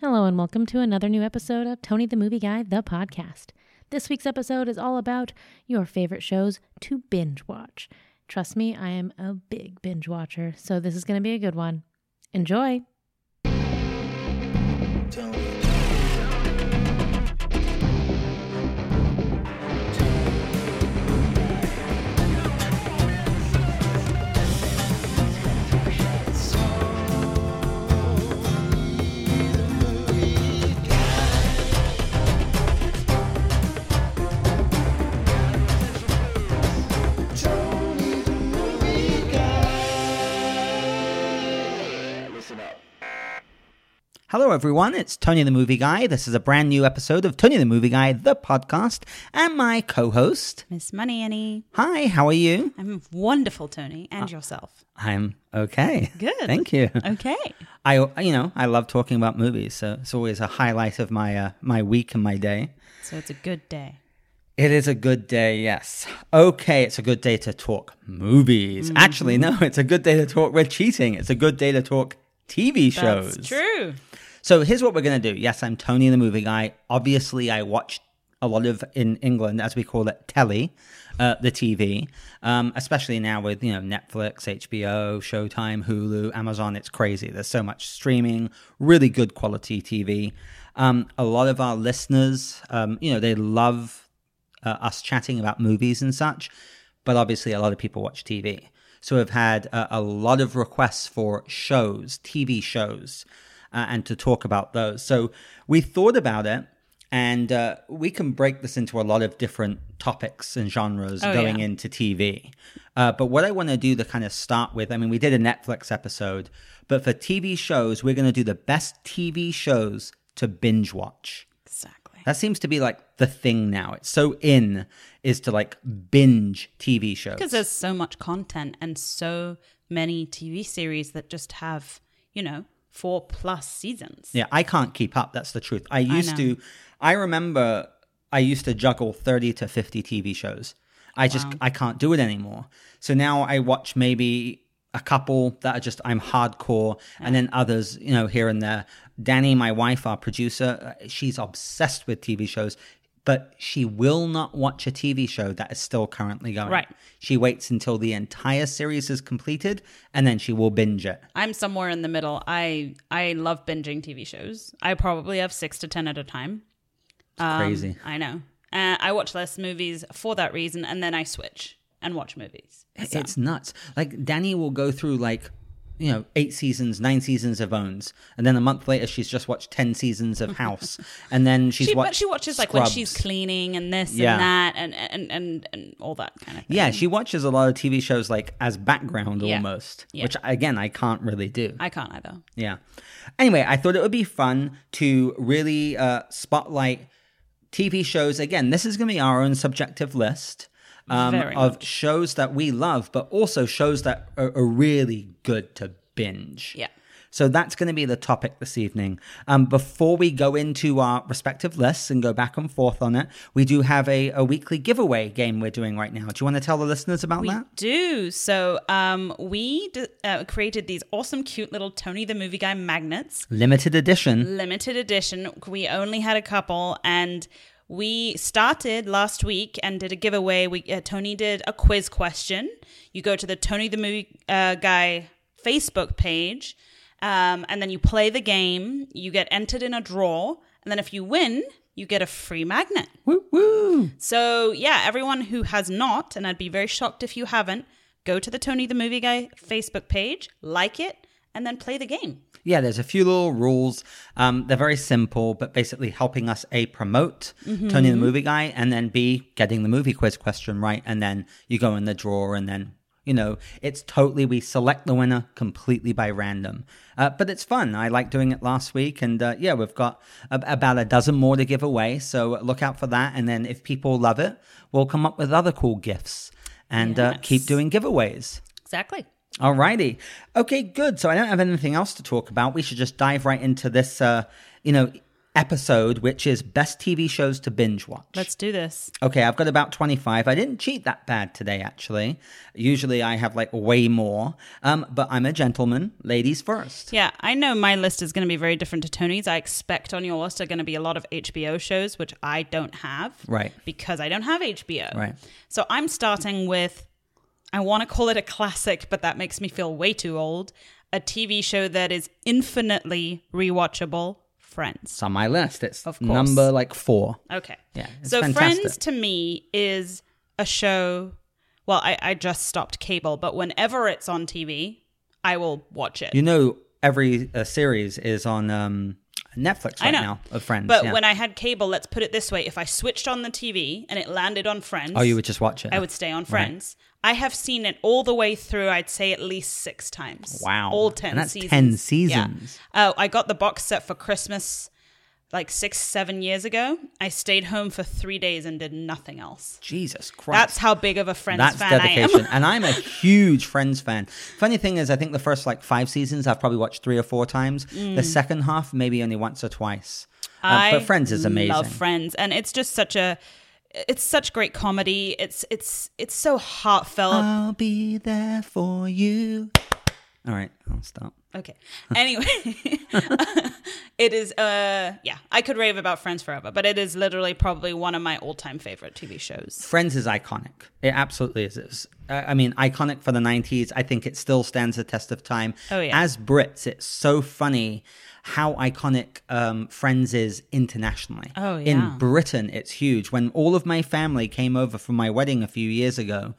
Hello, and welcome to another new episode of Tony the Movie Guy, the podcast. This week's episode is all about your favorite shows to binge watch. Trust me, I am a big binge watcher, so this is going to be a good one. Enjoy! Hello, everyone. It's Tony the Movie Guy. This is a brand new episode of Tony the Movie Guy, the podcast, and my co host. Miss Money Annie. Hi, how are you? I'm wonderful, Tony, Ah. and yourself. I'm okay. Good. Thank you. Okay. I, you know, I love talking about movies, so it's always a highlight of my uh, my week and my day. So it's a good day. It is a good day, yes. Okay, it's a good day to talk movies. Actually, Mm-hmm. no, it's a good day to talk. We're cheating. It's a good day to talk TV shows. That's true. So here's what we're going to do. Yes, I'm Tony the movie guy. Obviously, I watched a lot of in England, as we call it, telly, uh, the TV, um, especially now with you know Netflix, HBO, Showtime, Hulu, Amazon. It's crazy. There's so much streaming, really good quality TV. Um, a lot of our listeners, um, you know, they love uh, us chatting about movies and such, but obviously a lot of people watch TV. So I've had uh, a lot of requests for shows, TV shows, uh, and to talk about those. So we thought about it, and uh, we can break this into a lot of different topics and genres going into TV. Uh, but what I want to do to kind of start with, I mean, we did a Netflix episode, but for TV shows, we're going to do the best TV shows to binge watch. Exactly. That seems to be like the thing now. It's so in is to like binge TV shows. Because there's so much content and so many TV series that just have, you know, four plus seasons. Yeah, I can't keep up. That's the truth. I used know. to, I remember I used to juggle 30 to 50 TV shows. I just, I can't do it anymore. So now I watch maybe a couple that are just, I'm hardcore, and then others, you know, here and there. Danny, my wife, our producer, uh, she's obsessed with TV shows. But she will not watch a TV show that is still currently going. Right. She waits until the entire series is completed and then she will binge it. I'm somewhere in the middle. I I love binging TV shows. I probably have six to ten at a time. Um, crazy. I know. Uh, I watch less movies for that reason, and then I switch and watch movies. So- It's nuts. Like Danny will go through like you know eight seasons, nine seasons of Owns, and then a month later she's just watched ten seasons of House, and then she's she, watched. but she watches like when she's Scrubs. cleaning and this Yeah. and that and, and and and all that kind of thing. Yeah, she watches a lot of TV shows like as background Yeah. almost, Yeah. which again I can't really do. I can't either. Yeah. Anyway, I thought it would be fun to really uh, spotlight TV shows. Again, this is going to be our own subjective list um, Very of shows that we love, but also shows that are, are really good to binge. Yeah. So that's going to be the topic this evening. Um, before we go into our respective lists and go back and forth on it, we do have a, a weekly giveaway game we're doing right now. Do you want to tell the listeners about We that? do. So um, we d- uh, created these awesome, cute little Tony the Movie Guy magnets, Limited edition. limited edition. We only had a couple, and we started last week and did a giveaway. We uh, Tony did a quiz question. You go to the Tony the Movie uh, Guy Facebook page, um, and then you play the game. You get entered in a draw, and then if you win, you get a free magnet. Woo woo. So, yeah, everyone who has not, and I'd be very shocked if you haven't, go to the Tony the Movie Guy Facebook page, like it, and then play the game. Yeah, there's a few little rules. Um, they're very simple, but basically helping us a promote Tony the movie guy, and then b getting the movie quiz question right, and then you go in the drawer, and then you know it's totally we select the winner completely by random. Uh, but it's fun. I like doing it last week, and uh, yeah, we've got ab- about a dozen more to give away, so look out for that. And then if people love it, we'll come up with other cool gifts and uh, keep doing giveaways. Exactly. Alrighty. Okay, good. So I don't have anything else to talk about. We should just dive right into this, uh, you know, episode, which is best TV shows to binge watch. Let's do this. Okay, I've got about 25. I didn't cheat that bad today, actually. Usually I have like way more, um, but I'm a gentleman, ladies first. Yeah, I know my list is going to be very different to Tony's. I expect on your list are going to be a lot of HBO shows, which I don't have. Right. Because I don't have HBO. Right. So I'm starting with, I want to call it a classic, but that makes me feel way too old. A TV show that is infinitely rewatchable Friends. It's on my list. It's Of course. number like four. Okay. Yeah, it's So fantastic. Friends to me is a show. Well, I, I just stopped cable, but whenever it's on TV, I will watch it. You know, every uh, series is on um, Netflix I right know. now of Friends. But yeah. when I had cable, let's put it this way: if I switched on the TV and it landed on Friends, oh, you would just watch it. I would stay on Friends. I have seen it all the way through. I'd say at least six times. Wow. all ten. And that's seasons. 10 seasons. Yeah. Uh, I got the box set for Christmas, like six, seven years ago. I stayed home for three days and did nothing else. Jesus Christ. That's how big of a Friends That's fan I dedication. Uh, am. and I'm a huge Friends fan. Funny thing is, I think the first like five seasons I've probably watched three or four times. The second half, maybe only once or twice. Um, Mm. I but Friends is amazing. Love Friends, and it's just such a. It's such great comedy. It's it's it's so heartfelt. I'll be there for you. All right, I'll stop. Okay. Anyway, it is uh yeah, I could rave about Friends forever, but it is literally probably one of my all-time favorite TV shows. Friends is iconic. It absolutely is. It's, uh, I mean, iconic for the 90s. I think it still stands the test of time. Oh, yeah. As Brits, it's so funny how iconic um, Friends is internationally. Oh, yeah. In Britain, it's huge. When all of my family came over from my wedding a few years ago,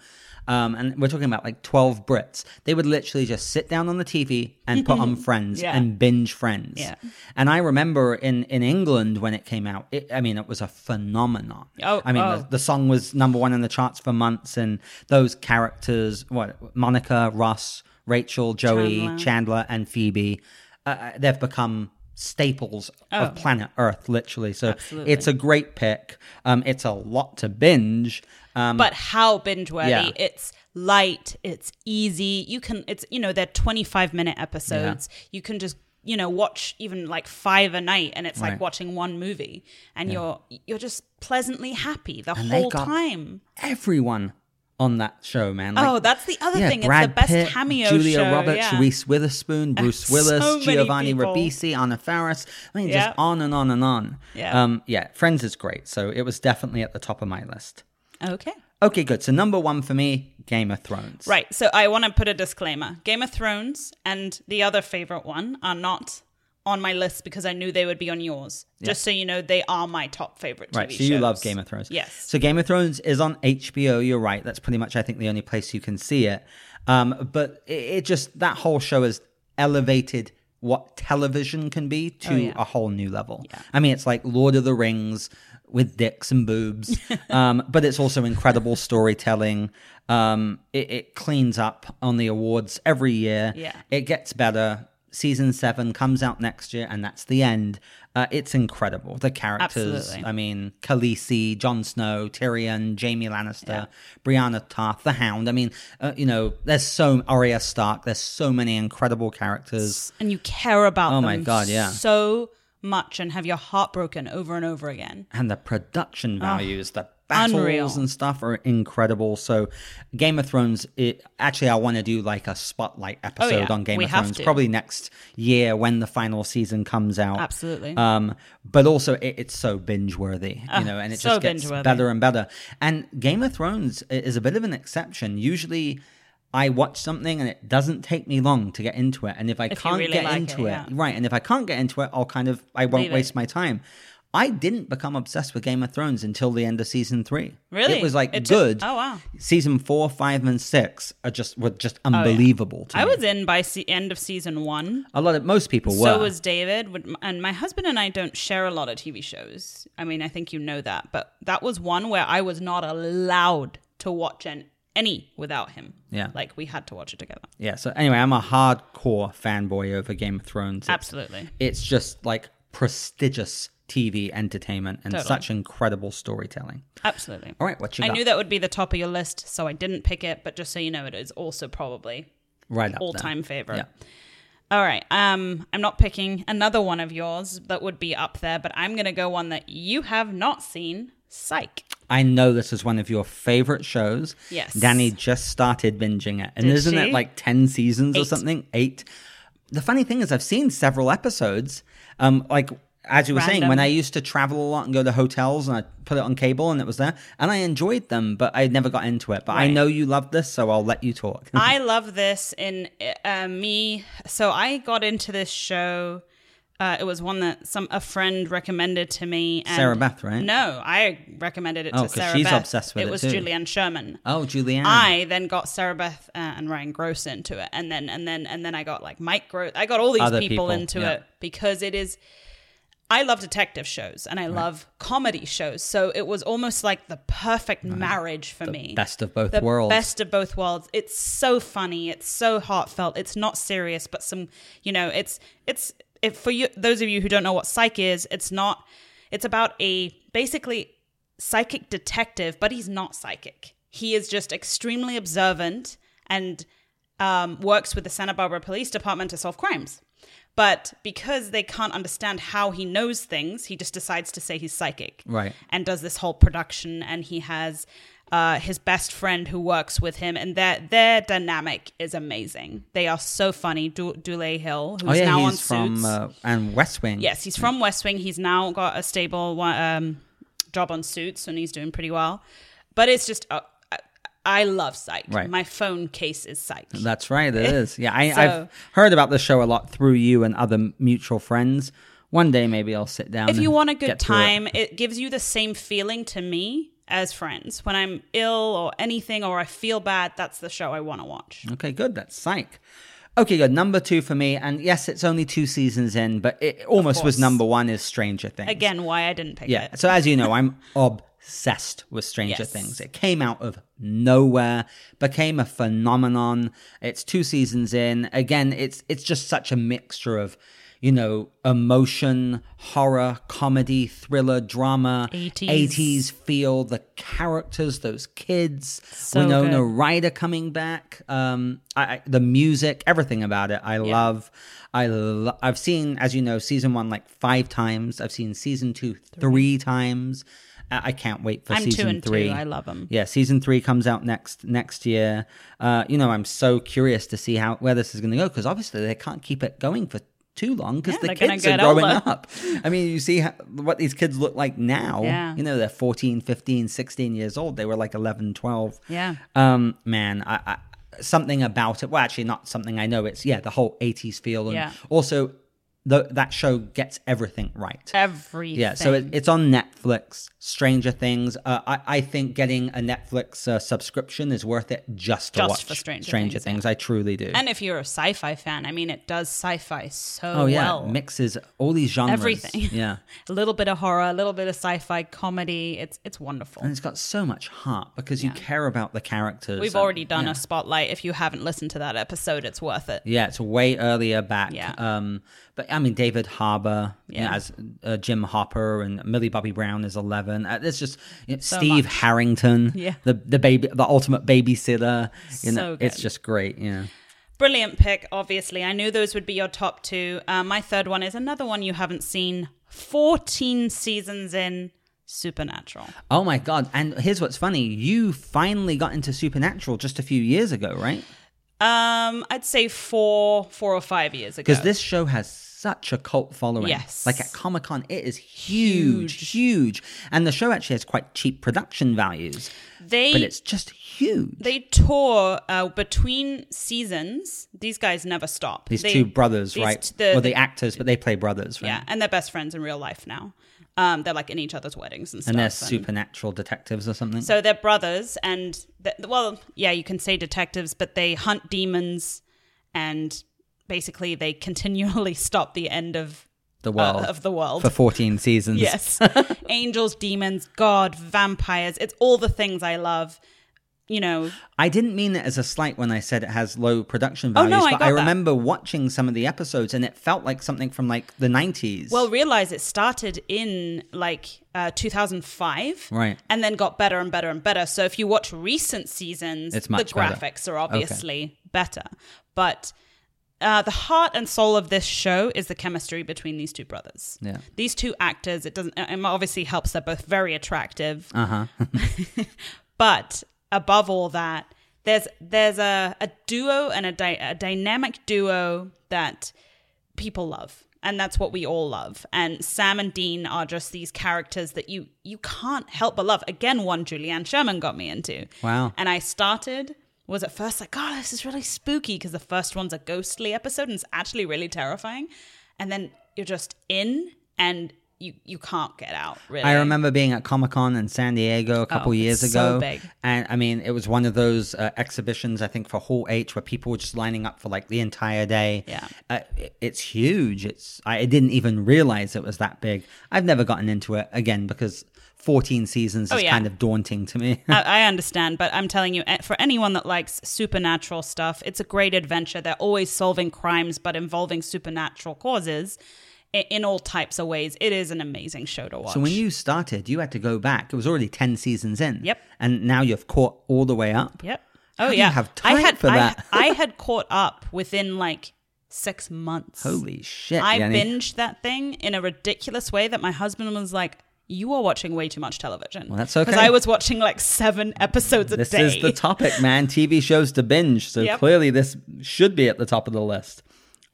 um, and we're talking about like 12 Brits, they would literally just sit down on the TV and put on Friends Yeah. and binge Friends. Yeah. And I remember in, in England when it came out, it, I mean, it was a phenomenon. Oh, I mean, oh. the, the song was number one in the charts for months, and those characters, what Monica, Ross, Rachel, Joey, Chandler, Chandler. and Phoebe, uh, uh, they've become staples Oh. of planet Earth, literally. So it's a great pick. Um, it's a lot to binge. Um, But how binge-worthy. Yeah. It's light, it's easy. You can it's you know, they're 25-minute episodes. You can just you know, watch even like five a night, and it's Right. like watching one movie, and you're you're just pleasantly happy the And they whole got- time. everyone on that show, man. Like, oh, that's the other yeah, thing. Brad it's the best Pitt, cameo Julia show. Roberts, yeah. Reese Witherspoon, Bruce So Willis, many Giovanni people. Ribisi, Anna Faris. I mean, Yeah. just on and on and on. Yeah. Um, yeah, Friends is great. So it was definitely at the top of my list. Okay. Okay, good. So number one for me, Game of Thrones. Right. So I want to put a disclaimer Game of Thrones and the other favorite one are not on my list because I knew they would be on yours. Just so you know, they are my top favorite TV Right, so you love Game of Thrones. Yes. So Game of Thrones is on HBO, you're right. That's pretty much, I think, the only place you can see it. Um, but it, it just, that whole show has elevated what television can be Oh, to a whole new level. I mean, it's like Lord of the Rings with dicks and boobs, um, but it's also incredible storytelling. Um, it, it cleans up on the awards every year. Yeah. It gets better. Season seven comes out next year, and that's the end. Uh, it's incredible. The characters, Absolutely. I mean, Khaleesi, Jon Snow, Tyrion, Jamie Lannister, Brianna Tarth, the Hound. I mean, uh, you know, there's so Arya Stark. There's so many incredible characters. And you care about Oh them my God, yeah. so much and have your heart broken over and over again. and the production values, the battles Ah, unreal. and stuff are incredible. So, Game of Thrones. It, actually, I want to do like a spotlight episode Oh, yeah. on Game We of have Thrones to. probably next year when the final season comes out. Absolutely. Ah, Um, but also it, it's so binge worthy, you know, and it so just gets binge-worthy. better and better. And Game of Thrones i- is a bit of an exception. Usually. I watch something and it doesn't take me long to get into it. And if I If you can't really get like into it, it, yeah. right? And if I can't get into it, I'll kind of I won't Leave it. waste my time. I didn't become obsessed with Game of Thrones until the end of season three. Really? it was like It took- good. oh, wow. Oh, Season four, five, and six are just were just unbelievable. To I me. was in by se- end of season one. a lot of most people were. So was David. would- And my husband and I don't share a lot of TV shows. I mean, I think you know that. But that was one where I was not allowed to watch an, any without him. Yeah. Like we had to watch it together. yeah. So anyway, I'm a hardcore fanboy over Game of Thrones. It's- Absolutely. it's just like prestigious TV entertainment and Totally. such incredible storytelling. Absolutely. All right, what you I got? knew that would be the top of your list, so I didn't pick it. But just so you know, it is also probably right up there. all time favorite. All right. Um, I'm not picking another one of yours that would be up there, but I'm gonna go one that you have not seen. Psych. I know this is one of your favorite shows. Yes. Danny just started binging it. And Did isn't she? it like 10 seasons or Eight. something? Eight. The funny thing is, I've seen several episodes. Um, like, as you were saying, when Random. I used to travel a lot and go to hotels and I put it on cable and it was there, and I enjoyed them, but I never got into it. But I Right. know you love this, so I'll let you talk. I love this in uh, me. So I got into this show. Uh, it was one that some a friend recommended to me. And Sarah Beth, right? No, I recommended it Oh, to 'cause Sarah she's Beth. obsessed with it was too. Julianne Sherman. oh, Julianne. I then got Sarah Beth uh, and Ryan Gross into it, and then and then and then I got like Mike Gross. I got all these Other people, people, into yeah. it because it is. I love detective shows and I love comedy shows, so it was almost like the perfect marriage for me. Best of both the worlds. best of both worlds. It's so funny, it's so heartfelt, it's not serious, but some you know, it's it's it, for you those of you who don't know what psych is, it's not. It's about a basically psychic detective, but he's not psychic. He is just extremely observant and um, works with the Santa Barbara Police Department to solve crimes. But because they can't understand how he knows things, he just decides to say he's psychic Right. and does this whole production and he has uh, his best friend who works with him and their their dynamic is amazing they are so funny du- Dule hill who's Oh, yeah, now on he's suits from uh, and West Wing. yes he's from west wing he's now got a stable one- um, job on suits and he's doing pretty well but it's just uh, I- i love psych Right. my phone case is psych That's right, it is. Yeah, I, So- I've heard about the show a lot through you and other mutual friends. One day, maybe I'll sit down. if you and want a good get through it. time, it. gives you the same feeling to me as friends. When I'm ill or anything or I feel bad, that's the show I want to watch. Okay, good. That's psych. Okay, good. Number two for me, and yes, it's only two seasons in, but it almost was course. number one is Stranger Things. Again, why I didn't pick Yeah. it. So as you know, I'm obsessed with Stranger Yes. Things. It came out of nowhere, became a phenomenon. It's two seasons in. Again, it's it's just such a mixture of, you know, emotion, horror, comedy, thriller, drama, 80s. 80s feel, the characters, those kids, So Winona good. Ryder coming back, um, I, I, the music, everything about it, I love. I lo- I've seen, as you know, season one like five times. I've seen season two three times. I, I can't wait for I'm season two and three. two. I love them. Yeah, season three comes out next next year. Uh, you know, I'm so curious to see how where this is going to go because obviously they can't keep it going for too long because Yeah, the they're gonna kids are get growing older. up. I mean, you see how, what these kids look like now. Yeah. You know, they're 14, 15, 16 years old. They were like 11, 12. Yeah. Um, man, I, I something about it. Well, actually, not something I know. It's yeah, the whole 80s feel and Yeah. also the, that show gets everything right. Everything. Yeah, so it, it's on Netflix. Stranger Things. Uh, I I think getting a Netflix uh, subscription is worth it just to Just watch for Stranger Things, Things. I truly do. and if you're a sci-fi fan, I mean, it does sci-fi so oh yeah, well. mixes all these genres. Everything. Yeah, a little bit of horror, a little bit of sci-fi comedy. It's it's wonderful. and it's got so much heart because you care about the characters. We've and- already done a spotlight. If you haven't listened to that episode, it's worth it. Yeah, it's way earlier back. Yeah. Um, but I mean, David Harbour you know, Yeah. as uh, Jim Hopper and Millie Bobby Brown is eleven. Uh, there's just you know, Steve Harrington, Yeah. the the baby, the ultimate babysitter. You know, So good. it's just great. Yeah. Brilliant pick, obviously. I knew those would be your top two. Uh, my third one is another one you haven't seen. 14 seasons in Supernatural. Oh my god! And here's what's funny: you finally got into Supernatural just a few years ago, right? Um, I'd say four, four or five years ago. Because this show has such a cult following. Yes. Like at Comic Con, it is huge, huge, and the show actually has quite cheap production values, they but it's just huge. they tour uh, between seasons. These guys never stop. these They- two brothers, these right? t- Well, the- the, actors, but they play brothers, right? yeah, and they're best friends in real life now. Um, they're like in each other's weddings and stuff. And they're supernatural detectives or something. So they're brothers, and th well, yeah, you can say detectives, but they hunt demons, and basically they continually stop the end of the world uh, of the world. for 14 seasons. yes, angels, demons, God, vampires. It's all the things I love. You know, I didn't mean it as a slight when I said it has low production values, Oh, no, I but got I that. remember watching some of the episodes and it felt like something from like the 90s. well, realize it started in like uh, 2005, Right. And then got better and better and better. So if you watch recent seasons, It's the much better. graphics are obviously better, but uh, the heart and soul of this show is the chemistry between these two brothers. Yeah. These two actors, it doesn't, it obviously helps. They're both very attractive. Uh huh. But above all that, there's there's a, a duo and a, dy- a dynamic duo that people love. And that's what we all love. And Sam and Dean are just these characters that you you can't help but love. Again, one Julianne Sherman got me into. Wow. And I started was at first like, God, this is really spooky because the first one's a ghostly episode and it's actually really terrifying. And then you're just in and you you can't get out. Really, I remember being at Comic Con in San Diego a couple Oh, years it's ago, so big. and I mean, it was one of those uh, exhibitions. I think for Hall H, where people were just lining up for like the entire day. Yeah. uh, it- it's huge. It's I didn't even realize it was that big. I've never gotten into it again because fourteen seasons is Oh, yeah. kind of daunting to me. I, I understand, but I'm telling you, eh, for anyone that likes supernatural stuff, it's a great adventure. They're always solving crimes, but involving supernatural causes i- in all types of ways. It is an amazing show to watch. so when you started, you had to go back. It was already ten seasons in. Yep. and now you've caught all the way up. yep, How oh do you yeah, have I time had for I, that? I had caught up within like six months. Holy shit! I Jenny. binged that thing in a ridiculous way that my husband was like. You are watching way too much television. Well, that's okay. Because I was watching like seven episodes a This day. is the topic, man. TV shows to binge. So Yep. clearly, this should be at the top of the list.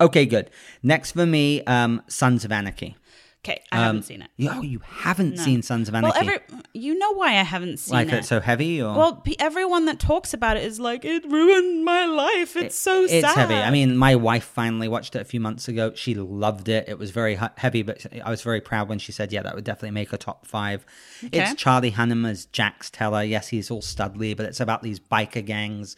Okay, good. Next for me, um, Sons of Anarchy. okay, I haven't seen it. You- Oh, you haven't seen Sons of Anarchy? Well, every you know why I haven't seen like it. it's so heavy, or Well, pe- everyone that talks about it is like, it ruined my life. It's so sad. it's heavy. I mean, my wife finally watched it a few months ago. She loved it. It was very hu- heavy, but I was very proud when she said, "Yeah, that would definitely make a top five. It's Charlie Hunnam as Jax Teller. Yes, he's all studly, but it's about these biker gangs.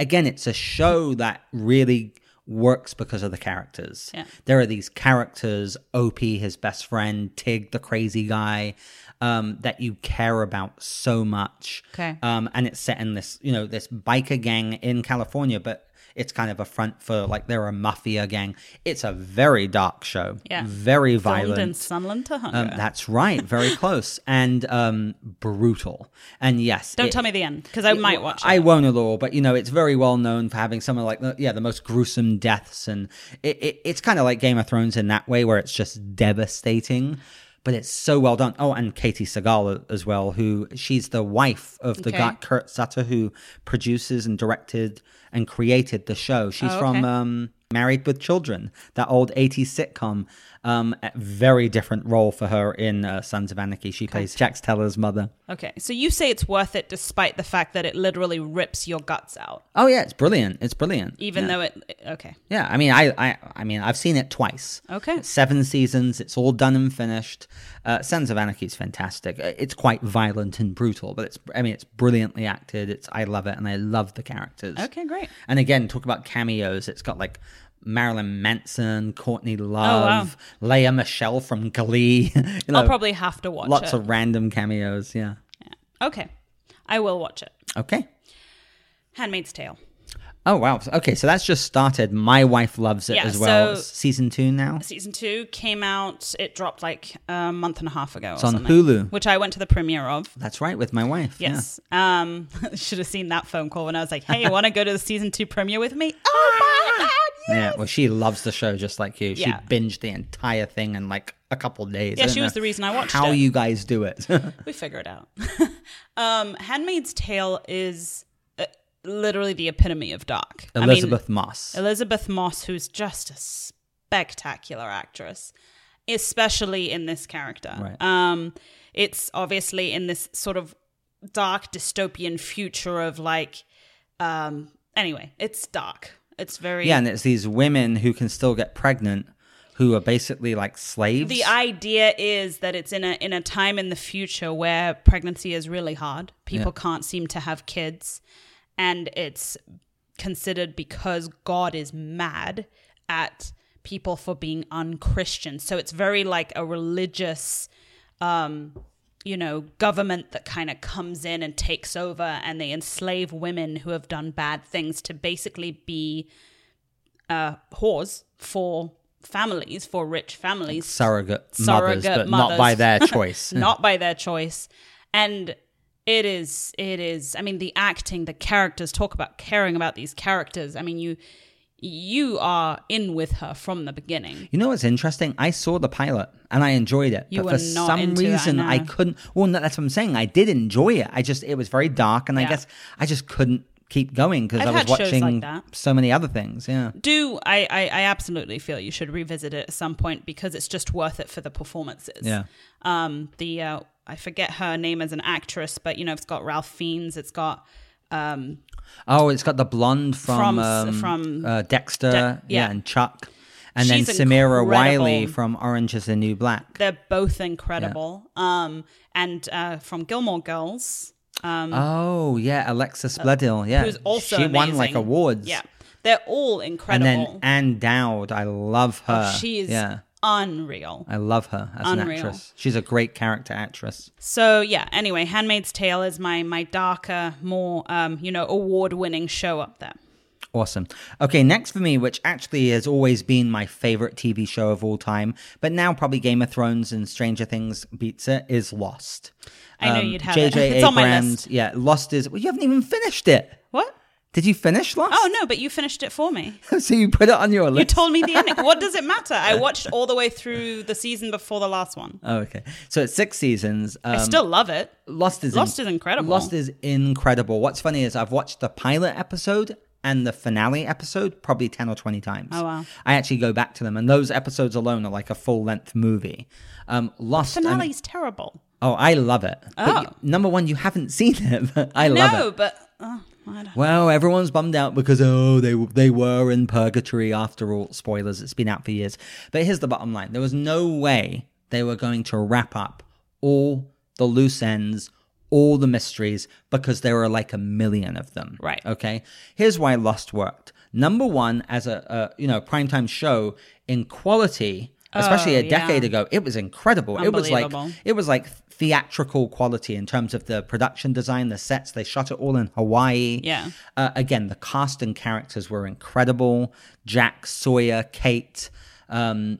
Again, it's a show that really works because of the characters. Yeah. There are these characters, Opie, his best friend, Tig, the crazy guy, um, that you care about so much. Okay. Um, and it's set in this, you know, this biker gang in California, but it's kind of a front for like they're a mafia gang. It's a very dark show. Yeah. Very Filmed in violent. Sunland to Hunger. Um, that's right. Very close and um, brutal. And yes, Don't it- tell me the end because I might watch it. I won't at all, but you know it's very well known for having some of like the- yeah the most gruesome deaths, and it, it, it's kind of like Game of Thrones in that way, where it's just devastating, but it's so well done. Oh, and Katie Sagal as well, who she's the wife of the Okay. guy Kurt Sutter, who produces and directed and created the show. She's Oh, from okay. um, Married with Children, that old 80s sitcom. Um, a very different role for her in uh, Sons of Anarchy. She plays Jax Teller's mother. okay, so you say it's worth it despite the fact that it literally rips your guts out, Oh yeah, it's brilliant. It's brilliant. even Yeah. though it. Okay, Yeah, I mean, I, I, I mean, I've seen it twice. okay, Seven seasons. It's all done and finished. Uh, Sons of Anarchy is fantastic. Uh, It's quite violent and brutal, but it's, I mean, it's brilliantly acted. It's, I love it, and I love the characters. okay, great. And again, talk about cameos. It's got like Marilyn Manson, Courtney Love, Leah Michelle from Glee. you know, Oh, I'll probably have to watch lots it. of random cameos. Yeah. okay, I will watch it. Okay. Handmaid's Tale. Oh wow. Okay, so that's just started. My wife loves it Yeah, as well. so- It's season two now. Season two came out. It dropped like a month and a half ago. It's on Hulu. which I went to the premiere of. That's right, with my wife. Yeah. Yes. Um, should have seen that phone call when I was like, "Hey, you want to go to the season two premiere with me?" Oh my god! Yeah, well, she loves the show just like you. Yeah. She binged the entire thing in like a couple days. Yeah, I don't she was know the reason I watched how it. you guys do it. Yeah. We figure it out. um, Handmaid's Tale is uh, literally the epitome of dark. Elizabeth Moss. I mean, Elizabeth Moss, who's just a spectacular actress, especially in this character. Right. Um, it's obviously in this sort of dark dystopian future of like, um, anyway, it's dark. It's very yeah, and it's these women who can still get pregnant who are basically like slaves. the idea is that it's in a in a time in the future where pregnancy is really hard. People can't seem to have kids and it's considered because God is mad at people for being unchristian. So it's very like a religious um you know, government that kind of comes in and takes over and they enslave women who have done bad things to basically be uh whores for families, for rich families surrogate, mothers, surrogate but not by mothers. their choice. not by their choice and it is it is i mean the acting the characters talk about caring about these characters i mean you you are in with her from the beginning. You know what's interesting? I saw the pilot and I enjoyed it, You but were for not some into it, I reason I know. couldn't. Well, no, that's what I'm saying. I did enjoy it. I just it was very dark, and I Yeah. guess I just couldn't keep going because I I've was had shows like watching that. so many other things. Yeah, Do I, I? I absolutely feel you should revisit it at some point because it's just worth it for the performances. yeah. Um, the uh, I forget her name as an actress, but you know, it's got Ralph Fiennes. It's got um, Oh, it's got the blonde from From s- um, from uh, Dexter, De- yeah. yeah. and Chuck, and She's then Samira Wiley incredible. from Orange Is the New Black. they're both incredible. Um, and uh, from Gilmore Girls, oh yeah, Alexa Spledill. Yeah, Um, uh, who's also she won like amazing. awards. Yeah, they're all and incredible. Oh, then Anne Dowd. I love her. she is yeah. unreal. I love her as an Unreal. actress. She's a great character actress. So yeah. Anyway, Handmaid's Tale is my my darker, more um, you know, award winning show up there. Awesome. Okay, next for me, which actually has always been my favorite TV show of all time, but now probably Game of Thrones and Stranger Things beats it, is Lost. I know Um, you'd have JJ it. It's on my Abrams- list. Yeah, Lost is. Well, you haven't even finished it. What? Did you finish Lost? Oh no, but you finished it for me. no. so you put it on your You list. told me the ending. What does it matter? I watched all the way through the season before the last one. oh, okay. So it's six seasons. Um, I still love it. Lost is Lost is incredible. Lost is incredible. What's funny is I've watched the pilot episode and the finale episode probably ten or twenty times. Oh, wow. I actually go back to them, and those episodes alone are like a full length movie. Um, Lost. I mean- Finale's terrible. oh, I love it. Oh. But you- number one, you haven't seen it. but I love No, it. but oh, I don't. Well, everyone's bummed out because oh, they they were in purgatory after all. Spoilers, it's been out for years. But here's the bottom line: there was no way they were going to wrap up all the loose ends, all the mysteries, because there were like a million of them. Right. Okay. Here's why Lost worked. Number one, as a, a you know primetime show in quality, especially Oh, a decade yeah. ago, it was incredible. It was like Unbelievable. it was like theatrical quality in terms of the production design, the sets. They shot it all in Hawaii. Yeah. Uh, again, the cast and characters were incredible. Jack Sawyer, Kate. Um,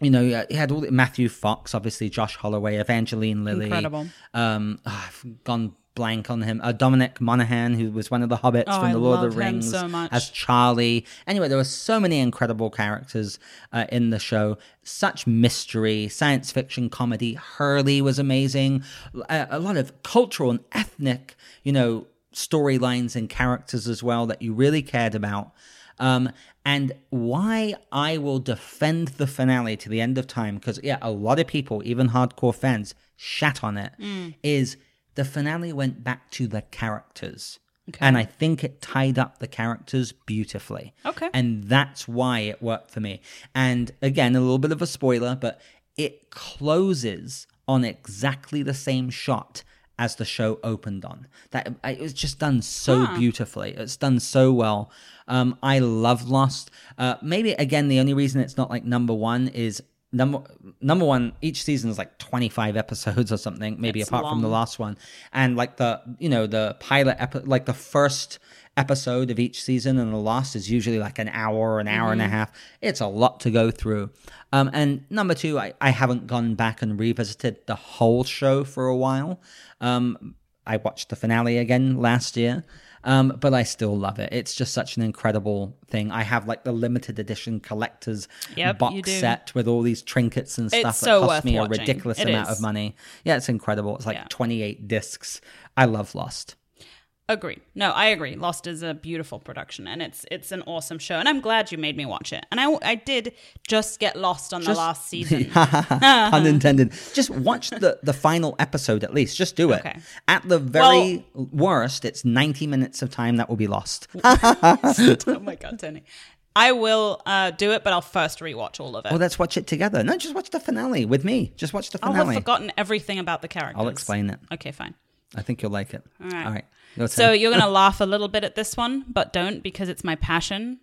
you know, uh, you had all the, Matthew Fox, obviously Josh Holloway, Evangeline Lilly. Incredible. Um, oh, I've gone blank on him. Uh, Dominic Monaghan, who was one of the Hobbits Oh, from I the Lord of the love him Rings, so much. as Charlie. Anyway, there were so many incredible characters uh, in the show. Such mystery, science fiction, comedy. Hurley was amazing. Uh, A, a lot of cultural and ethnic, you know, storylines and characters as well that you really cared about. Um, and why I will defend the finale to the end of time, because yeah, a lot of people, even hardcore fans, shat on it. Is Mm. the finale went back to the characters. And I think it tied up the characters beautifully. Okay. And that's why it worked for me. And again, a little bit of a spoiler, but it closes on exactly the same shot as the show opened on. That it was just done so beautifully. It's done so well. Um, I love Lost. Uh, maybe again, the only reason it's not like number one is number number one. Each season is like twenty five episodes or something. Maybe apart from the long. last one, and like the you know the pilot epi- like the first episode of each season and the last is usually like an hour an hour and a half it's a lot to go through um, and number two I, I haven't gone back and revisited the whole show for a while um, i watched the finale again last year um, but i still love it it's just such an incredible thing i have like the limited edition collectors Yep, you box do. set with all these trinkets and stuff so that cost worth me a watching. ridiculous It amount is. of money yeah it's incredible it's like Yeah. 28 discs i love lost Agree. No, I agree. Lost is a beautiful production, and it's it's an awesome show, and I'm glad you made me watch it. And I I did just get lost on the last season. Uh-huh. pun intended. Just watch the, the final episode at least. Just do it. Okay. At the very worst, it's 90 minutes of time that will be lost. oh my god, Tony. I will uh, do it, but I'll first rewatch all of it. Well, Oh, let's watch it together. No, just watch the finale with me. Just watch the I'll have finale. forgotten everything about the characters. I'll explain it. Okay, fine. I think you'll like it. All right. All right. Your So turn. you're gonna laugh a little bit at this one, but don't because it's my passion.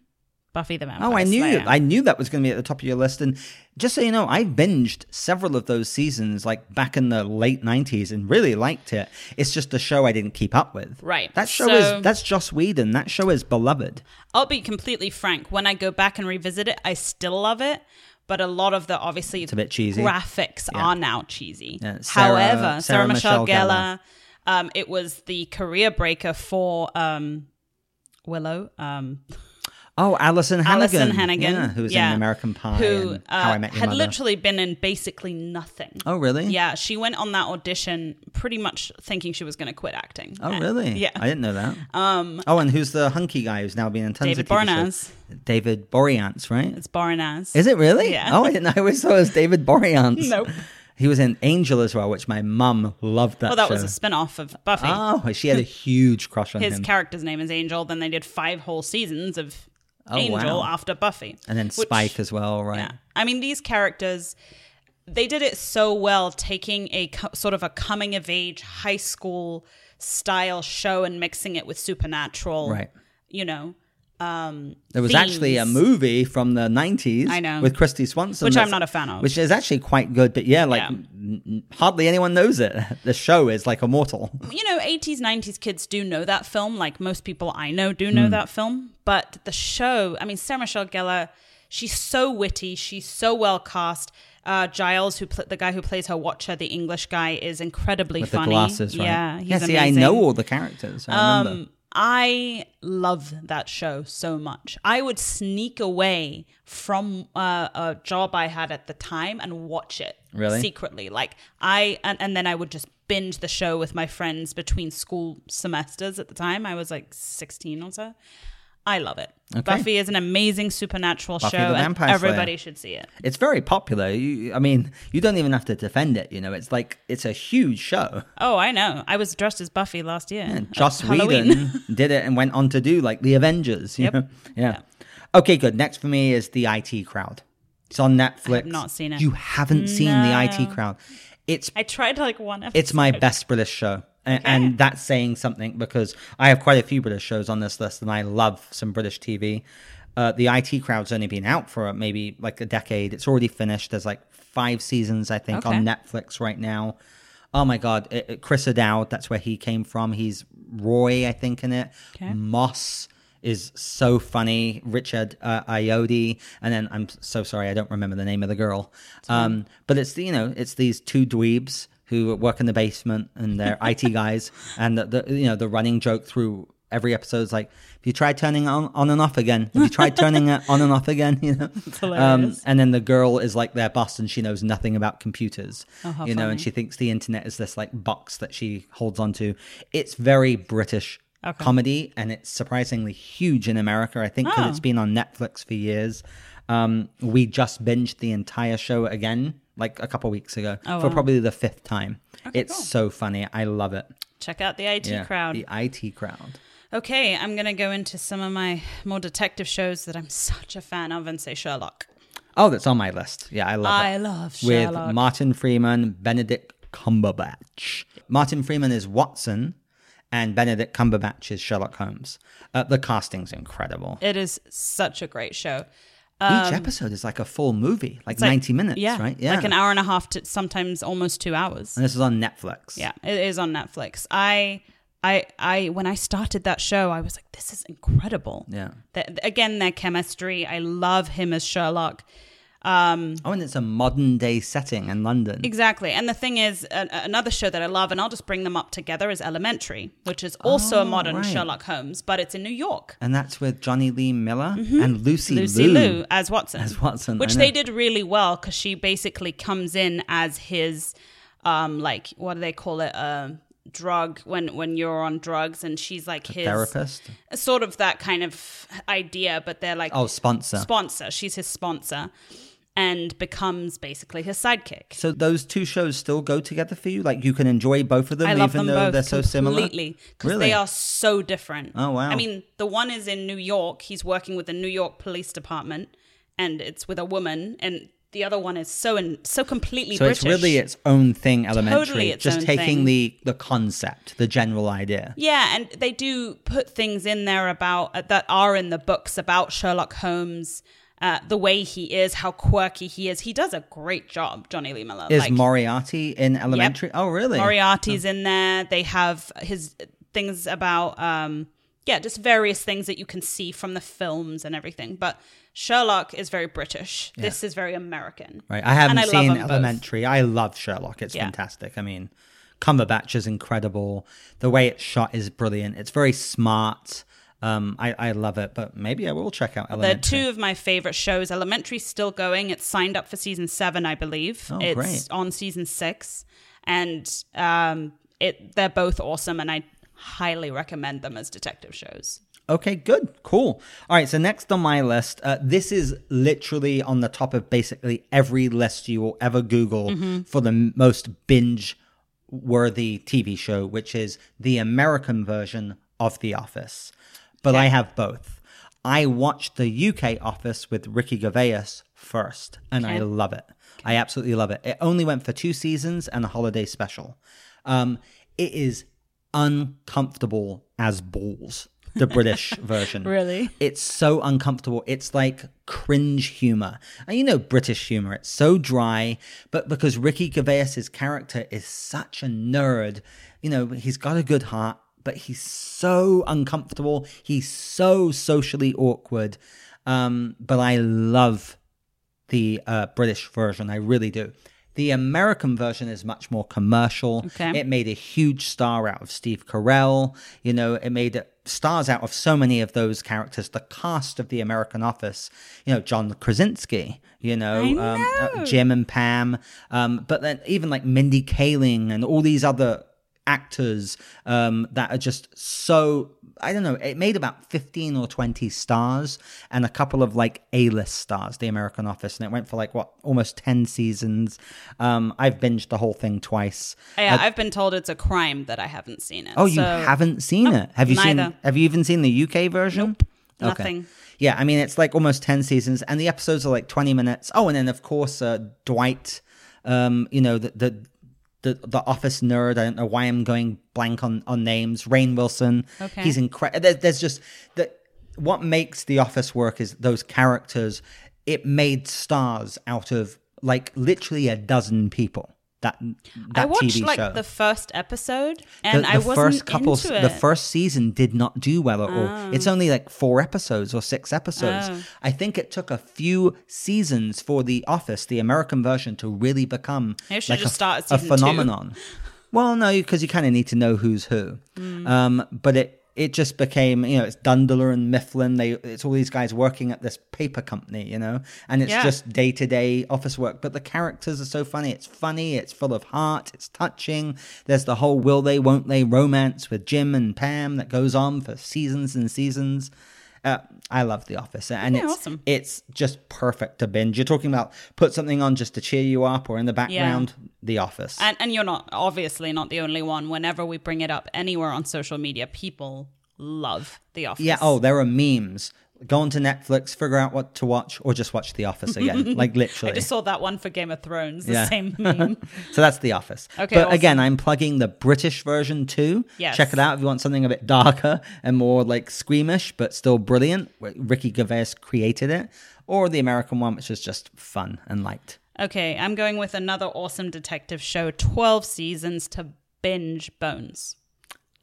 Buffy the Vampire. Oh, I knew Slayer. you. I knew that was going to be at the top of your list. And just so you know, I binged several of those seasons, like back in the late '90s, and really liked it. It's just a show I didn't keep up with. Right. That show So- is that's Joss Whedon. That show is beloved. I'll be completely frank. When I go back and revisit it, I still love it. But a lot of the obviously a bit cheesy. graphics are now cheesy. Yeah, Sarah- However, Sarah, Sarah Michelle, Michelle Gellar, um, it was the career breaker for um, Willow. Um, Oh, Alison Hannigan. Alison Hannigan, Yeah, who was yeah, in American Pie who and How uh, I Met Your had Mother. literally been in basically nothing. oh, really? Yeah, she went on that audition pretty much thinking she was going to quit acting. Oh, And- really? Yeah. I didn't know that. Um. Oh, and who's the hunky guy who's now been in tons David of TV Barnes. shows? David Boreanaz, right? It's Barnes. Is it really? Yeah. Oh, I didn't. I always thought it was David Boreanaz. Nope. He was in Angel as well, which my mum loved that. Well, that show. was a spin off of Buffy. Oh, she had a huge crush on His him. character's name is Angel. Then they did five whole seasons of Oh, Angel wow. after Buffy. and then which- Spike as well, right? Yeah. I mean, these characters, they did it so well taking a co- sort of a coming of age high school style show and mixing it with supernatural. Right. You know, There was actually a themes. movie from the 90s I know. with Christy Swanson. Which I'm that's- not a fan of. Which is actually quite good, but yeah, like Yeah. n- n- hardly anyone knows it. The show is like immortal. you know, 80s, 90s kids do know that film. Like most people I know do Hmm. know that film. But the show, I mean, Sarah Michelle Gellar, she's so witty. She's so well cast. Uh, Giles, who pl- the guy who plays her watcher, the English guy, is incredibly With funny. the glasses, right? Yeah, he's yeah, see, I amazing. know all the characters. I remember. Um, I love that show so much. I would sneak away from uh, a job I had at the time and watch it Really? secretly. Like I, and, and then I would just binge the show with my friends between school semesters. At the time, I was like sixteen or so. I love it. Buffy is an amazing supernatural Buffy show, the and Vampire Slayer. everybody should see it. It's very popular. You, I mean, you don't even have to defend it. You know, it's like it's a huge show. Oh, I know. I was dressed as Buffy last year. And at Joss Halloween. Whedon did it and went on to do like the Avengers. You Yep. know? yeah. Okay, good. Next for me is the IT Crowd. It's on Netflix. not seen it. You haven't seen the IT Crowd. It's I tried like one episode. it's my best British show. And, and that's saying something because I have quite a few British shows on this list and I love some British TV. Uh, the IT crowd's only been out for maybe like a decade. It's already finished. There's like five seasons, I think, on Okay. Netflix right now. Oh my God. It, it- Chris O'Dowd, that's where he came from. He's Roy, I think, in it. Okay. Moss is so funny. Richard uh, Iodi, and then I'm so sorry, I don't remember the name of the girl. Um, but it's the- you know, it's these two dweebs who work in the basement and they're IT guys, and the, the you know the running joke through every episode is like, "Have you tried turning it on on and off again? Have you tried turning it on and off again?" You know. Um, hilarious. and then the girl is like their boss, and she knows nothing about computers. Oh, how you know, and funny. she thinks the internet is this like box that she holds onto. It's very British comedy, and it's surprisingly huge in America. I think 'cause Oh. it's been on Netflix for years. Um, we just binged the entire show again, like a couple weeks ago, Oh, for probably the fifth time. it's so funny. I love it. Check out the IT Yeah, crowd. the IT crowd. Okay, I'm going to go into some of my more detective shows that I'm such a fan of and say Sherlock. Oh, that's on my list. Yeah, I love it. I love with Sherlock. Martin Freeman, Benedict Cumberbatch. Martin Freeman is Watson, and Benedict Cumberbatch is Sherlock Holmes. Uh, the casting's incredible. it is such a great show. Each episode is like a full movie, like, Um, like- 90 minutes, yeah, right? Yeah. Like an hour and a half to sometimes almost 2 hours. and this is on Netflix. Yeah, it is on Netflix. I I I when I started that show, I was like this is incredible. Yeah. The, again, their chemistry. I love him as Sherlock. Mm. Oh, and it's a modern day setting in London. Exactly. And the thing is, a- another show that I love, and I'll just bring them up together, is Elementary, which is also a modern Oh, right. Sherlock Holmes, but it's in New York. and that's with Johnny Lee Miller and Lucy, Mm-hmm. Lucy Liu. Liu as Watson. As Watson, I Which they know. did really well because she basically comes in as his, um, like, what do they call it? Uh, drug when when you're on drugs and she's like his Therapist. sort of that kind of idea but they're like Oh, sponsor. sponsor she's his sponsor and becomes basically his sidekick so those two shows still go together for you? Like you can enjoy both of them, I even love them though both they're so similar. completely because Really? they are so different. Oh, wow. I mean, the one is in New York. He's working with the New York Police Department, and it's with a woman. And the other one is so in so completely So British. it's really its own thing, elementary. its Just own taking thing. the the concept, the general idea. yeah, and they do put things in there about uh, that are in the books about Sherlock Holmes. Uh, the way he is, how quirky he is. He does a great job, Johnny Lee Miller. Is Like, Moriarty in elementary? Oh, really? Moriarty's in there. They have his things about um yeah, just various things that you can see from the films and everything. But Sherlock is very British. This is very American. Right. I haven't And I love seen them both. elementary. I love Sherlock. It's Yeah. fantastic. I mean, Cumberbatch is incredible. The way it's shot is brilliant. It's very smart. Um, I, I love it, but maybe I will check out They're Elementary. two of my favorite shows. Elementary's still going. It's signed up for season seven, I believe. Oh, it's great. on season six, and um, it they're both awesome, and I highly recommend them as detective shows. Okay, good, cool. All right, so next on my list, uh, this is literally on the top of basically every list you will ever Google for the m- most binge worthy TV show, which is the American version of The Office. But I have both. I watched the UK Office with Ricky Gervais first, and I love it. I absolutely love it. It only went for two seasons and a holiday special. Um, it is uncomfortable as balls. The British version. Really? It's so uncomfortable. It's like cringe humor. And you know British humor. It's so dry, but because Ricky Gervais's character is such a nerd, you know, he's got a good heart, but he's so uncomfortable. He's so socially awkward. Um, but I love the uh, British version. I really do. The American version is much more commercial. Okay. It made a huge star out of Steve Carell. You know, it made stars out of so many of those characters. The cast of The American Office, you know, John Krasinski, you know, Um, uh, Jim and Pam. Um, but then even like Mindy Kaling and all these other actors um, that are just so I don't know. It made about fifteen or twenty stars and a couple of like A list stars. The American Office, and it went for like what almost ten seasons. Um, I've binged the whole thing twice. Yeah, I've been told it's a crime that I haven't seen it. Oh, you so haven't seen it? Have you seen? neither. Have you even seen the UK version? Nope. nothing. Yeah, I mean it's like almost ten seasons, and the episodes are like twenty minutes. Oh, and then of course uh, Dwight, um, you know the the. The, the office nerd. I don't know why I'm going blank on, on names. Rain Wilson. Okay. He's incredible. There, there's just that. What makes The Office work is those characters. It made stars out of like literally a dozen people. That that I watched TV like show the first episode, the, and the I wasn't first couple, into it. Ah. the first season did not do well at all. It's only like four episodes or six episodes. I think it took a few seasons for The Office, the American version, to really become Maybe I should like just a, start at a season two. phenomenon. well, no, because you kind of need to know who's who. Mm. Um, but it it just became you know it's Dundler and Mifflin. They it's all these guys working at this paper company, you know, and it's Yeah. just day to day office work, but the characters are so funny. It's funny, it's full of heart, it's touching. There's the whole will they, won't they romance with Jim and Pam that goes on for seasons and seasons. Uh, I love The Office, and it's awesome. it's just perfect to binge. You're talking about put something on just to cheer you up, or in the background, The Office. and and you're not obviously not the only one. Whenever we bring it up anywhere on social media, people love The Office. yeah, oh, there are memes. Go onto Netflix, figure out what to watch, or just watch The Office again. like literally, I just saw that one for Game of Thrones, the Yeah. same meme. So that's The Office. Okay, But awesome. again, I'm plugging the British version too. Yes. Check it out if you want something a bit darker and more like squeamish, but still brilliant. where Ricky Gervais created it. Or the American one, which is just fun and light. okay, I'm going with another awesome detective show, 12 seasons to binge Bones.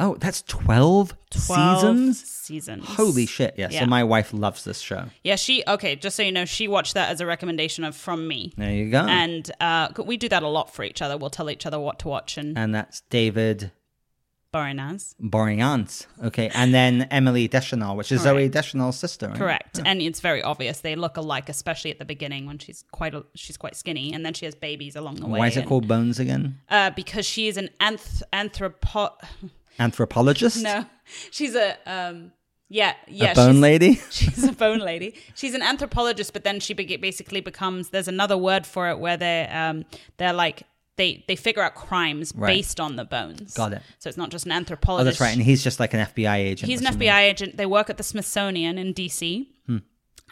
Oh, that's 12, 12 seasons? Seasons. Holy shit. Yeah, Yeah. So my wife loves this show. Yeah, she, okay, just so you know, she watched that as a recommendation of from me. There you go. And uh, we do that a lot for each other. We'll tell each other what to watch and And that's David Borinaz. Boring Aunts. Okay. And then Emily Deschanel, which is Zoe Deschanel's sister. right? Correct, and it's very obvious they look alike, especially at the beginning when she's quite a, she's quite skinny, and then she has babies along the way. Why is it and- called Bones again? Uh, because she is an anth- anthropo. Anthropologist? No, she's a um. Yeah, yeah. A bone she's, lady? She's a bone lady. She's an anthropologist, but then she be- basically becomes. There's another word for it where they um they're like they they figure out crimes Right. based on the bones. Got it. So it's not just an Oh, anthropologist. that's right. And he's just like an FBI agent. He's or an something. Hmm. FBI agent. They work at the Smithsonian in DC,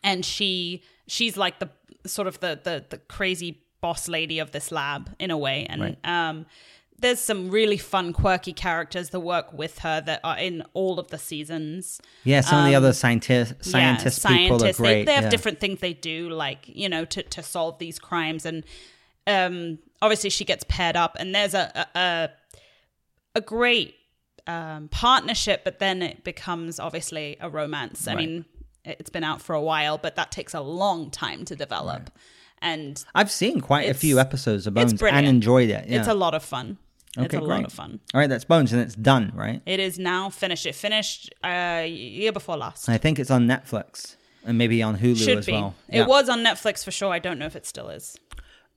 and she she's like the sort of the the, the crazy boss lady of this lab in a way. And um, there's some really fun, quirky characters that work with her that are in all of the seasons. Yeah, some of the other scientist, um, Yeah, scientist people are scientists. great. They, they have yeah. different things they do, like you know, to to solve these crimes. And um, obviously, she gets paired up, and there's a a, a, a great um, partnership. But then it becomes obviously a romance. I Right. mean, it's been out for a while, but that takes a long time to develop, and I've seen quite a few It's- episodes of Bones and brilliant. enjoyed it. Yeah. it's a lot of fun. it's a Okay, lot great. of fun. All right, that's Bones, and it's done, right? It is now finished. It finished uh year before last. And I think it's on Netflix and maybe on Hulu Should as be. well. It Yeah. was on Netflix for sure. I don't know if it still is.